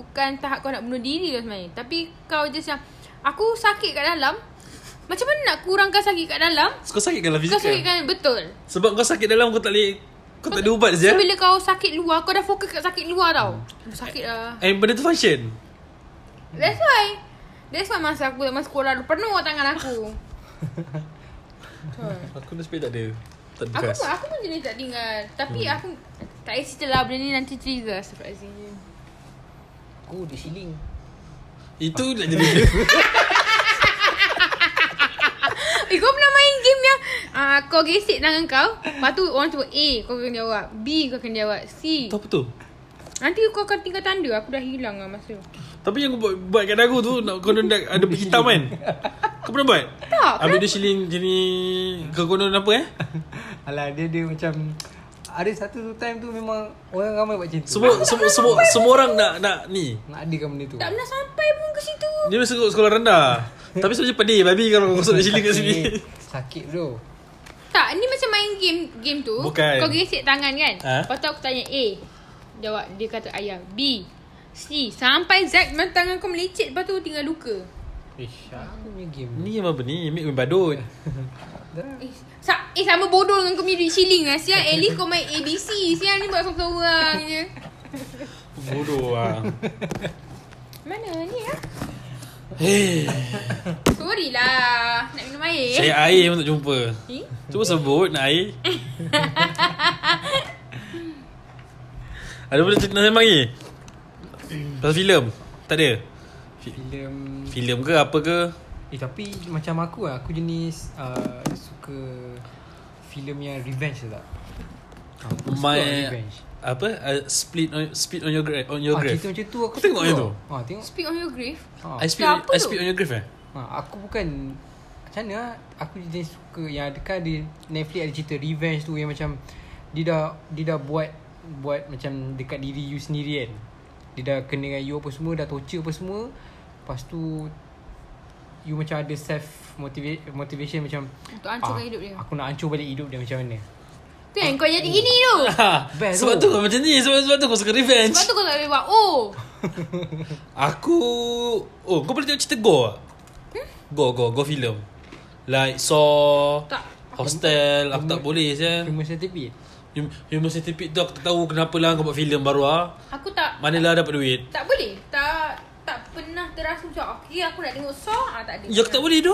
bukan tahap kau nak bunuh diri kau sebenarnya. Tapi kau just yang aku sakit kat dalam. Macam mana nak kurangkan sakit kat dalam?
Kau sakit kan lah
Kau
fizikal
sakit kan betul.
Sebab kau sakit dalam kau tak boleh Kau tak ada ubat je
So bila kau sakit luar, kau dah fokus kat sakit luar tau. Sakit lah.
And benda tu function
That's why. That's why masa aku zaman sekolah tu penuh tangan aku. Betul.
Aku dah sepeda tak ada Tak ada
aku
bekas
pun, aku pun jenis tak tinggal. Tapi hmm. aku tak payah cerita lah benda ni nanti trigger surprisingly.
Aku di siling
Itu nak jadi
[LAUGHS] Eh kau pernah main game yang uh, kau gesek tangan kau Lepas tu orang cuba A kau kena jawab B kau kena jawab C
Tahu apa tu
Nanti kau akan tinggal tanda Aku dah hilang lah masa tu
Tapi yang kau buat, buat kat dagu tu nak Kau nak ada hitam
[LAUGHS]
kan Kau pernah buat?
Tak,
Ambil dia shilling jadi Kau konon apa
[LAUGHS]
eh
[LAUGHS] Alah dia dia macam Ada satu time tu memang Orang ramai buat macam tu
Semua semua semua, semua orang nak nak ni
Nak adakan benda tu
Tak pernah sampai pun ke situ
Dia mesti sekolah, sekolah rendah Tapi sebenarnya pedih Babi kalau kau kosong shilling kat
[LAUGHS]
sini
Sakit bro
Tak ni macam main game game tu
Bukan.
Kau gesek tangan kan
Ha?
Lepas tu aku tanya A Jawab dia kata ayam B C Sampai Z memang tangan kau melecet Lepas tu tinggal luka
Ish Aku punya game ni
Ni yang apa ni Make me badut
Dah
Eh, sa- eh sama bodoh dengan kau punya duit shilling lah Siang at least kau main ABC Siang ni buat seorang-seorang
[LAUGHS]
je
Bodoh
ah.
lah
Mana ni lah [LAUGHS]
Hei
Sorry lah Nak minum air
Eh, Saya air pun tak jumpa
Eh?
Cuba sebut nak air Ada benda tu nak sembang lagi Pasal filem Tak ada Fi-
Film
Filem ke apa ke
Eh tapi macam aku lah Aku jenis uh, Suka filem yang revenge tu tak Ah, aku suka
My
revenge
apa uh, split on split on your grave on your
Ah,
grave.
cerita macam tu aku
Kau tengok
suka
yang tu?
ah, tengok
Speak on your grave
ah.
I split on,
Apa
I
tu?
split on your grave eh.
Ha, aku bukan macam mana lah, aku jenis suka yang ada kan di Netflix ada cerita revenge tu yang macam dia dah dia dah buat buat macam dekat diri you sendiri kan. Dia dah kena dengan you apa semua, dah torture apa semua. Lepas tu you macam ada self motivate motivation macam
Untuk
Ah.
hancurkan hidup dia.
Aku nak hancur balik hidup dia macam mana.
Tu yang kau jadi gini tu
Ha,
Best
sebab tu
tu.
kau macam ni sebab, sebab tu kau suka revenge
Sebab tu kau tak boleh buat Oh
Aku Oh kau boleh tengok cerita gore tak?
Hmm?
Gore gore gore film Like Saw
Tak.
Hostel Aku tak boleh saya
Human centipede.
Human Centipede tu aku tak tahu kenapa lah kau buat filem baru ah.
Aku tak
Manalah dapat duit
Tak boleh Tak tak pernah terasa macam Okay aku nak tengok Saw ah, Tak ada
Ya aku tak boleh tu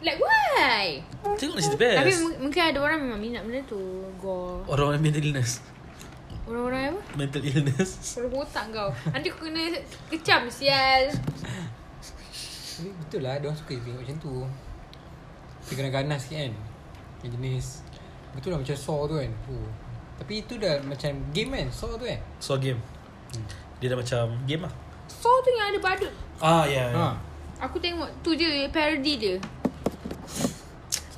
Like why
Tengok lah cerita
Tapi
best
m- mungkin ada orang memang minat benda tu Gore
Orang yang mental illness
Orang-orang apa
Mental illness
Orang botak kau Nanti kau kena kecam sial
Tapi betul lah Diorang suka tengok macam tu Dia kena ganas sikit kan Yang jenis Betul lah macam Saw tu kan oh. Tapi itu dah macam game kan Saw tu kan
So game Hmm. Dia dah macam game lah
Saw tu yang ada badut
Ah ya
ha.
yeah.
Aku tengok tu je parody dia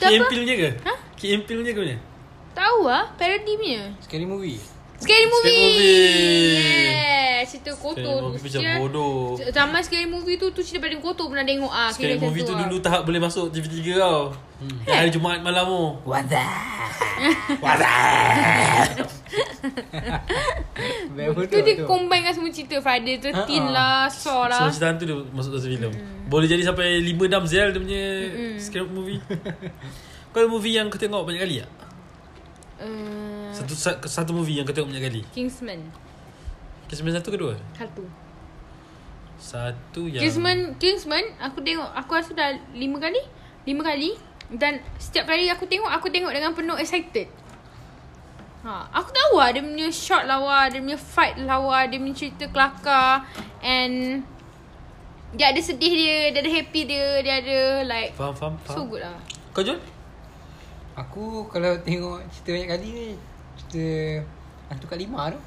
Kim
Kenapa?
Pil punya ke?
Ha?
Kim Pil punya ke punya?
Tahu ah parody punya
Scary movie
Scary movie.
movie.
Yeah, cerita kotor tu.
movie macam
Cerita-
bodoh.
Zaman scary movie tu tu cerita paling kotor pernah tengok ah. kira
Scary
macam
movie tu
ah.
dulu tahap boleh masuk TV3 tau Yang hari Jumaat malam tu
What the What
Tu dia combine kan semua cerita Friday 13
Ha, ha.
lah Saw
Semua
lah
cerita hantu dia masuk dalam filem
Hmm.
Boleh jadi sampai 5 dam Zial dia punya Scary [LAUGHS] movie Kau ada movie yang kau tengok banyak kali tak?
uh,
Satu sa- satu movie yang kau tengok banyak kali
Kingsman
Kismin satu ke dua?
Satu
Satu yang
Kingsman Kingsman Aku tengok Aku rasa dah 5 kali 5 kali Dan setiap kali aku tengok Aku tengok dengan penuh excited Ha, aku tahu lah dia punya shot lawa, dia punya fight lawa, dia punya cerita kelakar and dia ada sedih dia, dia ada happy dia, dia ada like
Faham faham
so
faham
good lah.
Kau Jun?
Aku kalau tengok cerita banyak kali ni Cerita Hantu Kak Lima tu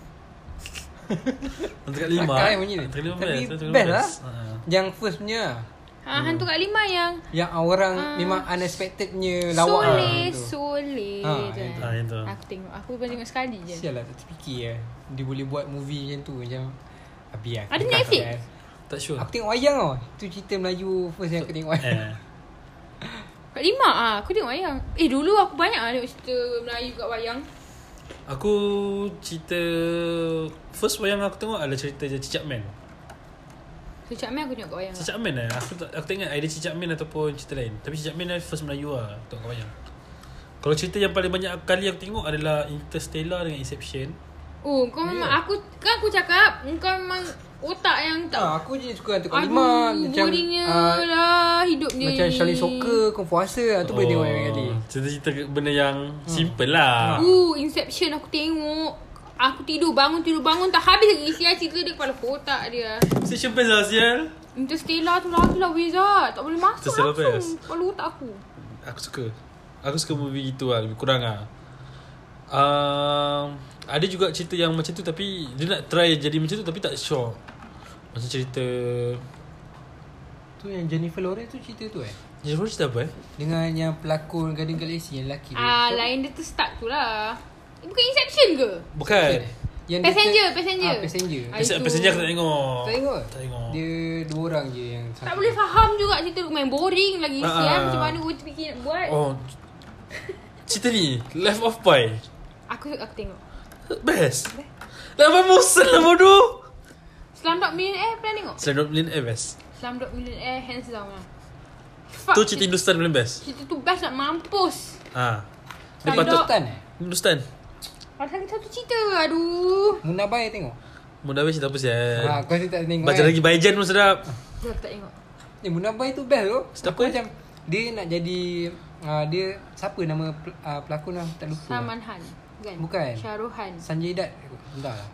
Antara kat lima
Kelakar kan bunyi dia
Antara lima
Tapi
best Antara lima
best lah
Ha.
Yang first punya
Hmm.
Ha, hantu kat lima yang
Yang orang
Ah.
memang unexpected punya
lah,
lawak
soleh,
tu.
soleh.
Ha,
kan.
yang
tu, yang tu.
Aku tengok, aku pun tengok sekali je.
Sial lah tak terfikir lah Dia boleh buat movie macam tu Macam Habis lah
Ada
Kakak
Netflix?
tak payah.
Tak sure
Aku tengok wayang tau Tu cerita Melayu First yang aku tengok [LAUGHS] wayang
Eh
Kat lima ah, aku tengok wayang. Eh dulu aku banyak ah tengok cerita Melayu kat wayang.
Aku cerita First wayang aku tengok adalah cerita je Cicak Man
Sejak main aku tengok kat wayang.
Cicak Man lah Aku tak, aku tak ingat ada Cicak Man ataupun cerita lain Tapi Cicak Man lah first Melayu lah Tengok kat wayang Kalau cerita yang paling banyak kali aku tengok adalah Interstellar dengan Inception
Oh, kau memang aku kan aku cakap kau memang otak yang tak
ha, Aku je suka hantar kat lima Macam
boringnya
ah,
lah hidup ni.
Macam Charlie Soccer Kau puasa Itu boleh tengok banyak kali
Oh,
Hmm. Ah.
Cerita-cerita benda yang simple lah
Uh, Inception aku tengok. Aku tidur bangun tidur bangun tak habis lagi isi cerita dia kepala kotak dia.
Inception best lah sial
Interstellar tu lagi lah Wizard. Tak boleh masuk
Interstellar best.
langsung. Kepala otak aku.
Aku suka Aku suka movie gitu lah Lebih kurang lah um, Ada juga cerita yang macam tu Tapi Dia nak try jadi macam tu Tapi tak sure Macam cerita
Tu yang Jennifer Lawrence tu cerita tu eh
Jennifer cerita apa eh?
Dengan yang pelakon Garden Galaxy Yang lelaki tu.
Ah, lain dia tu start tu lah. Eh, bukan Inception ke?
Bukan
yang dia
Passenger,
ter-
passenger.
Ah, passenger
Ah,
Pasal
itu-
pasal aku tak tengok
Tak tengok
Tak tengok
Dia dua orang je yang
Tak boleh faham juga cerita tu. Main boring lagi isi
Ah.
Macam mana kau fikir nak buat.
Oh Cerita ni Life of Pi
Aku aku tengok.
Best Life of Musa lah, bodoh
Slumdog Millionaire pernah tengok?
Slendrop Lane eh best
Slumdog Millionaire hands down lah. Fuck.
Tu cerita Hindustan paling best
Cerita tu best nak mampus.
Ha Dia
Lepas tu
patut
Slumdog.
Tan eh
Hindustan
Ada lagi satu cerita. Aduh.
Munabai tengok
Mudah cerita apa sial
Ha, kau ni tak tengok
Eh. Baca
kan?
lagi Baijan pun sedap
Dah aku tak tengok.
Eh Munabai tu best tu
Cerita
Aku
apa?
macam Dia nak jadi uh, Dia Siapa nama pel- uh, pelakon lah Tak lupa
Salman kan? Khan. Bukan.
Bukan.
Syaruhan.
Sanjay Dutt Entah lah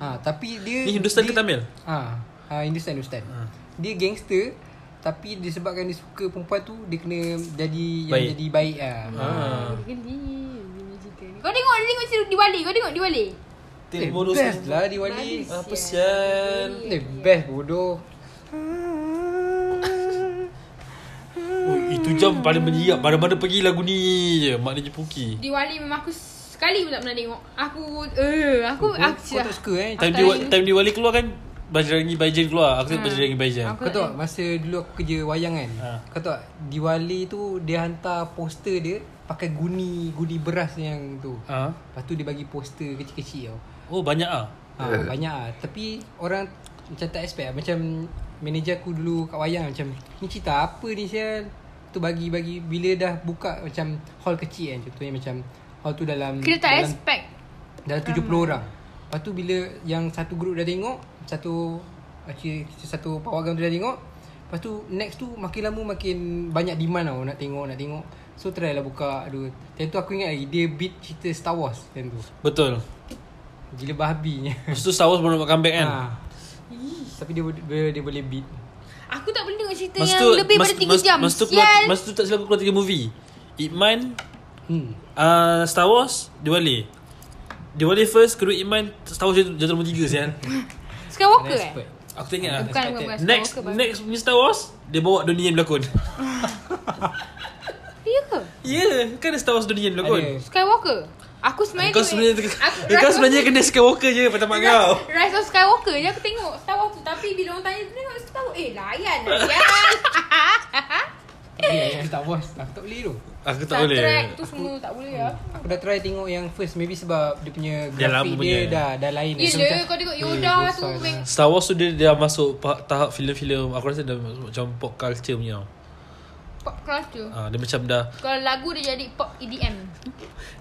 ha, Tapi dia
Ni Eh, Hindustan
dia, Ah,
ke Tamil? Ah.
ha, ha, Hindustan Hindustan ha. Dia gangster Tapi disebabkan dia suka perempuan tu Dia kena jadi Yang
Baik.
jadi baik lah
Ah.
Geli Bunyi cerita ni Kau tengok Dia tengok di balik Kau tengok di balik
Eh,
Tin bodoh
best
sini.
lah Diwali
Bagus.
Apa sial?
Eh best bodoh
Oh, itu jam paling menyiap. Mana-mana pergi lagu ni je. Maknanya puki.
Di Wali memang aku Sekali pun tak pernah tengok Aku eh, Aku
Kau,
aku,
kau tak suka eh
tak
Time dia
ingat.
time Diwali keluar kan Bajrangi Baijan keluar. Aku
Ha.
tengok Bajrangi Baijan.
Aku
Kau
tak
tahu tak,
tengok.
masa dulu aku kerja wayang kan
Ha.
Kau tahu tak, Diwali tu dia hantar poster dia Pakai guni, guni beras yang tu
Ha.
Lepas tu dia bagi poster kecil-kecil tau
Oh, banyak ah.
ha, Banyak lah Tapi orang macam tak expect lah. Macam manager aku dulu kat wayang Macam ni cerita apa ni sial Tu bagi-bagi Bila dah buka macam hall kecil kan Contohnya macam hall tu dalam
Kita tak
dalam
expect
Dah 70 orang Lepas tu bila yang satu grup dah tengok Satu Actually satu pawagam tu dah tengok Lepas tu next tu makin lama makin banyak demand tau Nak tengok nak tengok So try lah buka Aduh Time tu aku ingat lagi Dia beat cerita Star Wars Time tu
Betul.
Gila babinya
Lepas tu Star Wars baru nak comeback kan.
[LAUGHS] ha. Tapi dia, bo- dia, dia boleh beat
Aku tak boleh tengok cerita
Masa
yang
tu
lebih
masa-
daripada 3
masa-
jam.
Masa tu keluar,
Sial.
masa tu tak silap aku keluar tiga movie. Ip Man,
Hmm
uh, Star Wars, Diwali. Diwali first, kedua Ip Man, Star Wars jatuh, jatuh nombor tiga sial.
Skywalker eh?
Expert.
Aku tak ingat lah.
Bukan, bukan, bukan.
Next
Skywalker, bukan.
next punya Star Wars, dia bawa Donnie Yen berlakon.
Ya ke?
[LAUGHS] Ya, yeah, kan ada Star Wars Donnie Yen berlakon.
Ada.
Skywalker. Aku sebenarnya
Kau
tengok-
sebenarnya [LAUGHS] Eh,
aku-
kau
Rise
sebenarnya
of-
kena Skywalker je pada mak kau.
Rise of Skywalker je aku tengok Star Wars tu Tapi bila orang tanya tu tengok Star Wars Eh layan lah ya.
Tapi yang- yang Star Wars Aku tak boleh tu
[LAUGHS] Aku tak
Star
boleh.
Trek tu semua tak boleh ya
Aku dah try tengok yang first Maybe sebab dia punya
Dia lama
grafik dia,
punya.
dah, dah lain
Ya
So
je
macam,
kau tengok
eh,
Yoda tu
bosan
meng-
Star Wars tu dia dah masuk pa- tahap filem-filem aku rasa dah masuk macam pop culture punya. tau.
Pop culture
Ah, dia macam dah
Kalau lagu dia jadi pop E EDM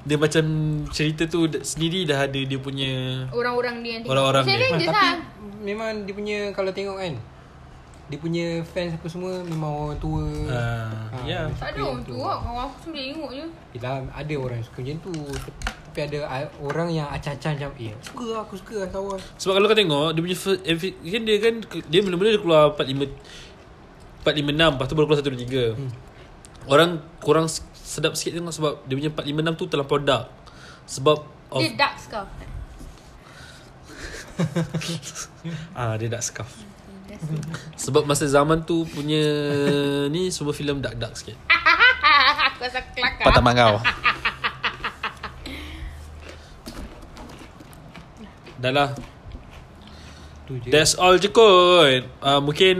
dia macam cerita tu d- sendiri dah ada dia punya
Orang-orang dia yang tengok
Orang-orang
Saya
dia.
Ah,
Rangers
tapi
lah
memang dia punya kalau tengok kan dia punya fans apa semua memang orang tua.
Ah,
Ah,
ya.
macam
Tak ada
tu.
orang tu lah Kawan aku semua tengok je
Yelah, ada orang yang suka macam tu. Tapi ada ah, orang yang acah-acah macam, "Eh, aku suka lah, aku suka lah Star Wars."
Sebab kalau kau tengok dia punya first, eh, kan dia kan dia mula-mula dia keluar 45 456 lepas tu baru keluar 123. Hmm. Orang kurang s- sedap sikit tengok sebab dia punya 456 tu terlampau dark. Sebab of
Dia dark scarf
ah dia dark scarf. [LAUGHS] Sebab masa zaman tu punya ni semua filem dark-dark sikit.
Aku rasa kelakar
Patah mak kau. Dah lah
Tu je.
That's all je kot uh, Mungkin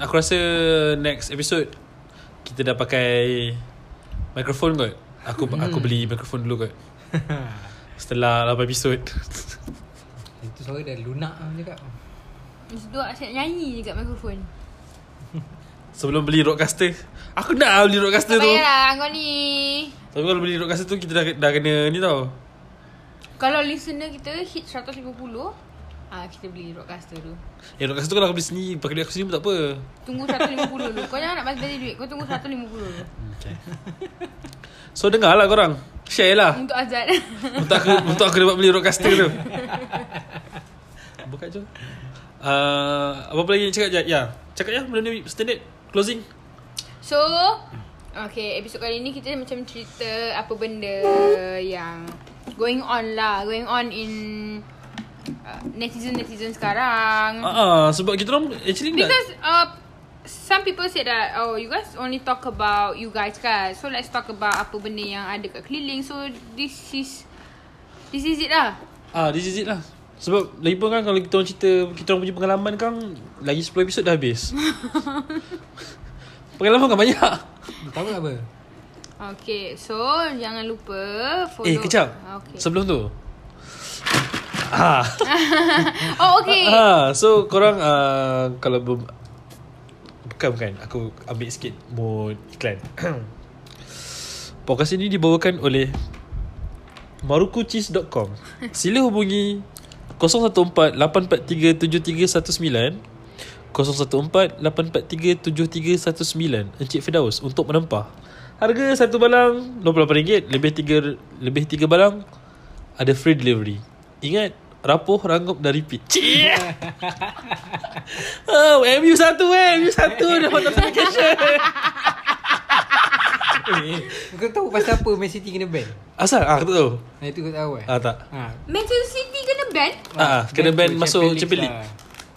Aku rasa Next episode Kita dah pakai Mikrofon kot Aku aku beli mikrofon dulu kot Setelah 8 episod
Itu suara dah lunak ah cakap.
Masa tu lah, asyik nyanyi je kat mikrofon
[LAUGHS] Sebelum beli roadcaster Aku nak lah beli roadcaster
Tak
tu
payahlah kau ni
Tapi kalau beli roadcaster tu Kita dah, dah kena ni tau
Kalau listener kita hit 150 ah Kita beli roadcaster tu
Eh roadcaster tu kalau aku beli sendiri Pakai duit aku sendiri pun tak apa
Tunggu 150 dulu Kau jangan nak balik duit Kau tunggu 150 [LAUGHS] dulu
okay. So dengar lah korang Share lah
Untuk Azad [LAUGHS]
Untuk aku Untuk aku dapat beli roadcaster tu Buka je uh, Apa-apa lagi nak cakap je Ya Cakap ya Benda ni standard Closing
So Okay episod kali ni kita macam cerita Apa benda yang Going on lah Going on in uh, Netizen-netizen
Ah,
sekarang
ah, Sebab kita orang Actually nak
Because uh, Some people said that Oh you guys only talk about You guys kan So let's talk about Apa benda yang ada kat keliling So this is This is it lah
Ah, This is it lah sebab lagi pun kan kalau kita orang cerita kita orang punya pengalaman kan lagi 10 episod dah habis.
[LAUGHS]
pengalaman kan banyak.
Tahu
[LAUGHS]
tak apa?
Okay so Jangan lupa follow.
eh kejap.
Ah, okay.
Sebelum tu. Ah.
Oh okay
Ah, so korang uh, kalau ber... bukan bukan aku ambil sikit mood iklan. [CLEARS THROAT] Podcast ini dibawakan oleh marukucheese.com. Sila hubungi 014-843-7319 014-843-7319 Encik Fidaus untuk menempah. Harga satu balang RM28, lebih tiga lebih tiga balang ada free delivery. Ingat, Rapuh rangkup dan repeat Cik [LAUGHS] oh, MU satu eh MU satu [LAUGHS] Dapat notification
Eh, Kau tahu pasal apa Man City kena ban?
Asal ah, Aku tak tahu
Nah, itu kau tahu eh?
ah, Tak
Ha.
Manchester City kena ban
Ah, kena ban
tu
masuk Champions League.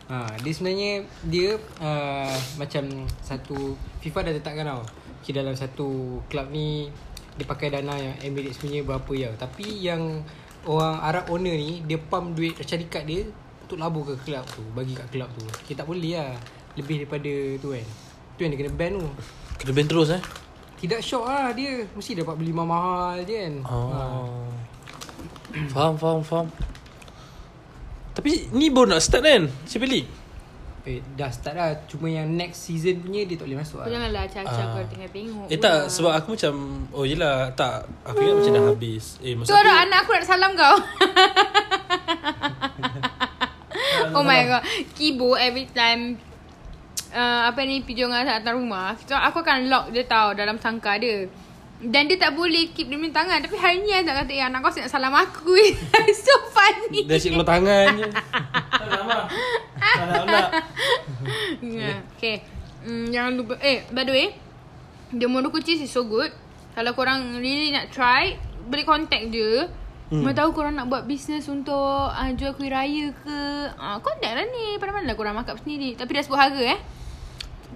lah. Ha, dia sebenarnya dia uh, macam satu FIFA dah letakkan tau. Kira dalam satu club ni dia pakai dana yang Emirates punya berapa ya. Tapi yang orang Arab owner ni dia pump duit syarikat dia untuk labur ke club tu, bagi kat club tu. Kita tak boleh lah lebih daripada tu kan. Tu yang dia kena ban tu.
Kena ban terus eh
Tidak syok lah dia Mesti dapat beli mahal-mahal je kan
Ah.
Oh. faham, faham, faham. Tapi ni baru nak start kan? Champions League.
Eh, dah start lah Cuma yang next season punya Dia tak boleh masuk
Kau
lah
Oh, janganlah caca
Ah.
kau tengah tengok
Eh tak,
pula.
sebab aku macam oh yelah, tak. Aku ingat macam dah habis. Eh
Hmm. Tu
maksud
ada anak aku nak salam kau
[LAUGHS]
Oh my god Kibo every time uh, Apa ni Video dengan atas rumah kita, Aku akan lock dia tau Dalam sangka dia Dan dia tak boleh Keep dia punya tangan Tapi hari ni Aku tak kata Eh anak kau asyik nak salam aku [LAUGHS] So funny
Dia asyik keluar tangan
[LAUGHS]
je. Tak nak abang. Tak nak pula.
Yeah. Okay. Mm, Ya, jangan lupa. Eh, by the way. The Morocco cheese is so good. Kalau korang really nak try, boleh contact dia. Hmm. Mana tahu korang nak buat bisnes untuk uh, jual kuih raya ke. Uh, contact lah ni. Pada mana lah korang markup sendiri. Tapi dah sebut harga eh.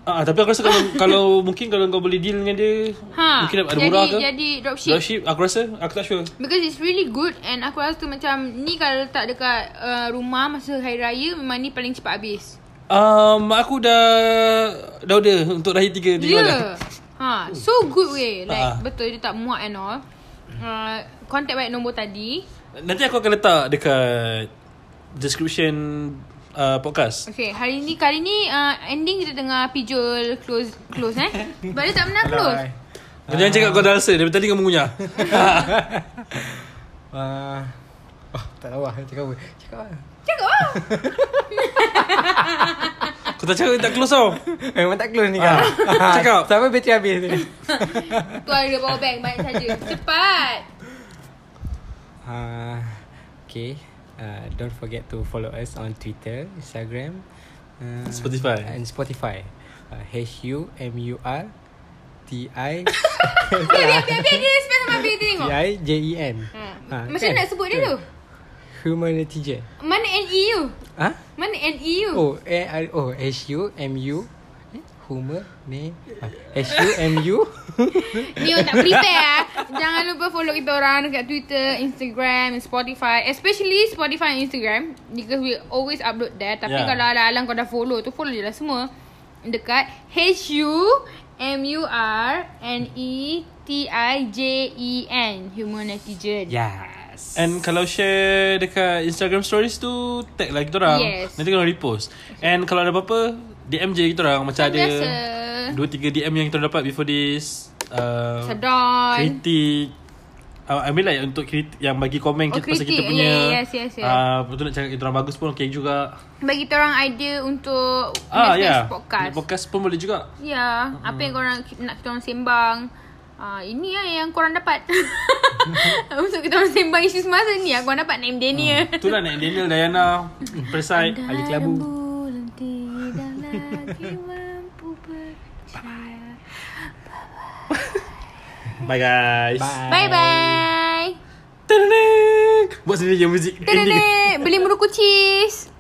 Ah, tapi aku rasa kalau, kalau mungkin kalau kau boleh deal dengan dia,
Ha.
mungkin dapat ada
jadi,
murah ke?
Jadi dropship.
Dropship, aku rasa, aku tak sure.
Because it's really good and aku rasa macam ni kalau letak dekat uh, rumah masa hari raya memang ni paling cepat habis.
Um, aku dah dah order untuk raya tiga tiga malam.
Yeah. Ha, so good way. Like
Ha.
betul dia tak muat and all. Uh, contact baik nombor tadi.
Nanti aku akan letak dekat description uh, podcast.
Okay, hari ni kali ni uh, ending kita tengah pijol close close eh. But dia tak pernah close.
Kau jangan cakap kau dah rasa. Dari tadi
[LAUGHS]
kau mengunyah.
uh, oh, Tak tahu lah Cakap apa Cakap [LAUGHS] lah
Cakap lah.
kau tak cakap tak close tau.
Memang tak close ni kan [LAUGHS]
Ah, cakap.
Sampai bateri habis ni
tu ada power bank banyak saja. Cepat.
uh, Okay uh, Don't forget to follow us on Twitter Instagram uh,
Spotify.
And Spotify uh, H-U-M-U-R T-I
Biar biar biar, biar dia spend sama biar dia tengok.
Ya. T-I-J-E-N
Ha.
Ha,
Macam
kan?
nak sebut dia tu.
Humanity je
Mana NEU?
Ha?
Mana E NEU?
Oh, A R O H U M U Humor ni H U M U
Ni orang tak prepare ah. Jangan lupa follow kita orang Dekat Twitter, Instagram, and Spotify Especially Spotify and Instagram Because we always upload there Tapi yeah.
Yeah.
kalau alang-alang kau dah follow tu Follow je lah semua Dekat E H-U-M-U-R-N-E-T-I-J-E-N E Human Netizen
Ya,
Yes.
And kalau share dekat Instagram stories tu, tag lah kita orang.
Yes.
Nanti kau repost. And kalau ada apa-apa, DM je kita orang. Macam
Macam
ada
biasa.
2-3 DM yang kita orang dapat before this. Uh,
Sedon
kritik uh, I mean like untuk kritik yang bagi komen
Oh,
kita pasal
kritik.
kita punya
Yeah, yeah, yes, yes, yes.
Uh, betul nak cakap kita orang bagus pun okey juga.
Bagi kita orang idea untuk
Ah
next-next
ya. Yeah.
podcast
podcast pun boleh juga.
Ya, hmm. apa yang korang nak kita orang sembang. Uh, ini lah yang korang dapat. Untuk kita orang sembang isu semasa ni lah. Korang dapat name dia ni. Hmm.
Itulah Nek Daniel Dayana Persai Ali Mm. Kelabu
Bulan tidak lagi mampu berbicara.
Bye guys
Bye.
Bye-bye.
Tadadang. Buat sendiri je muzik
Tadadek. Beli muruku cheese.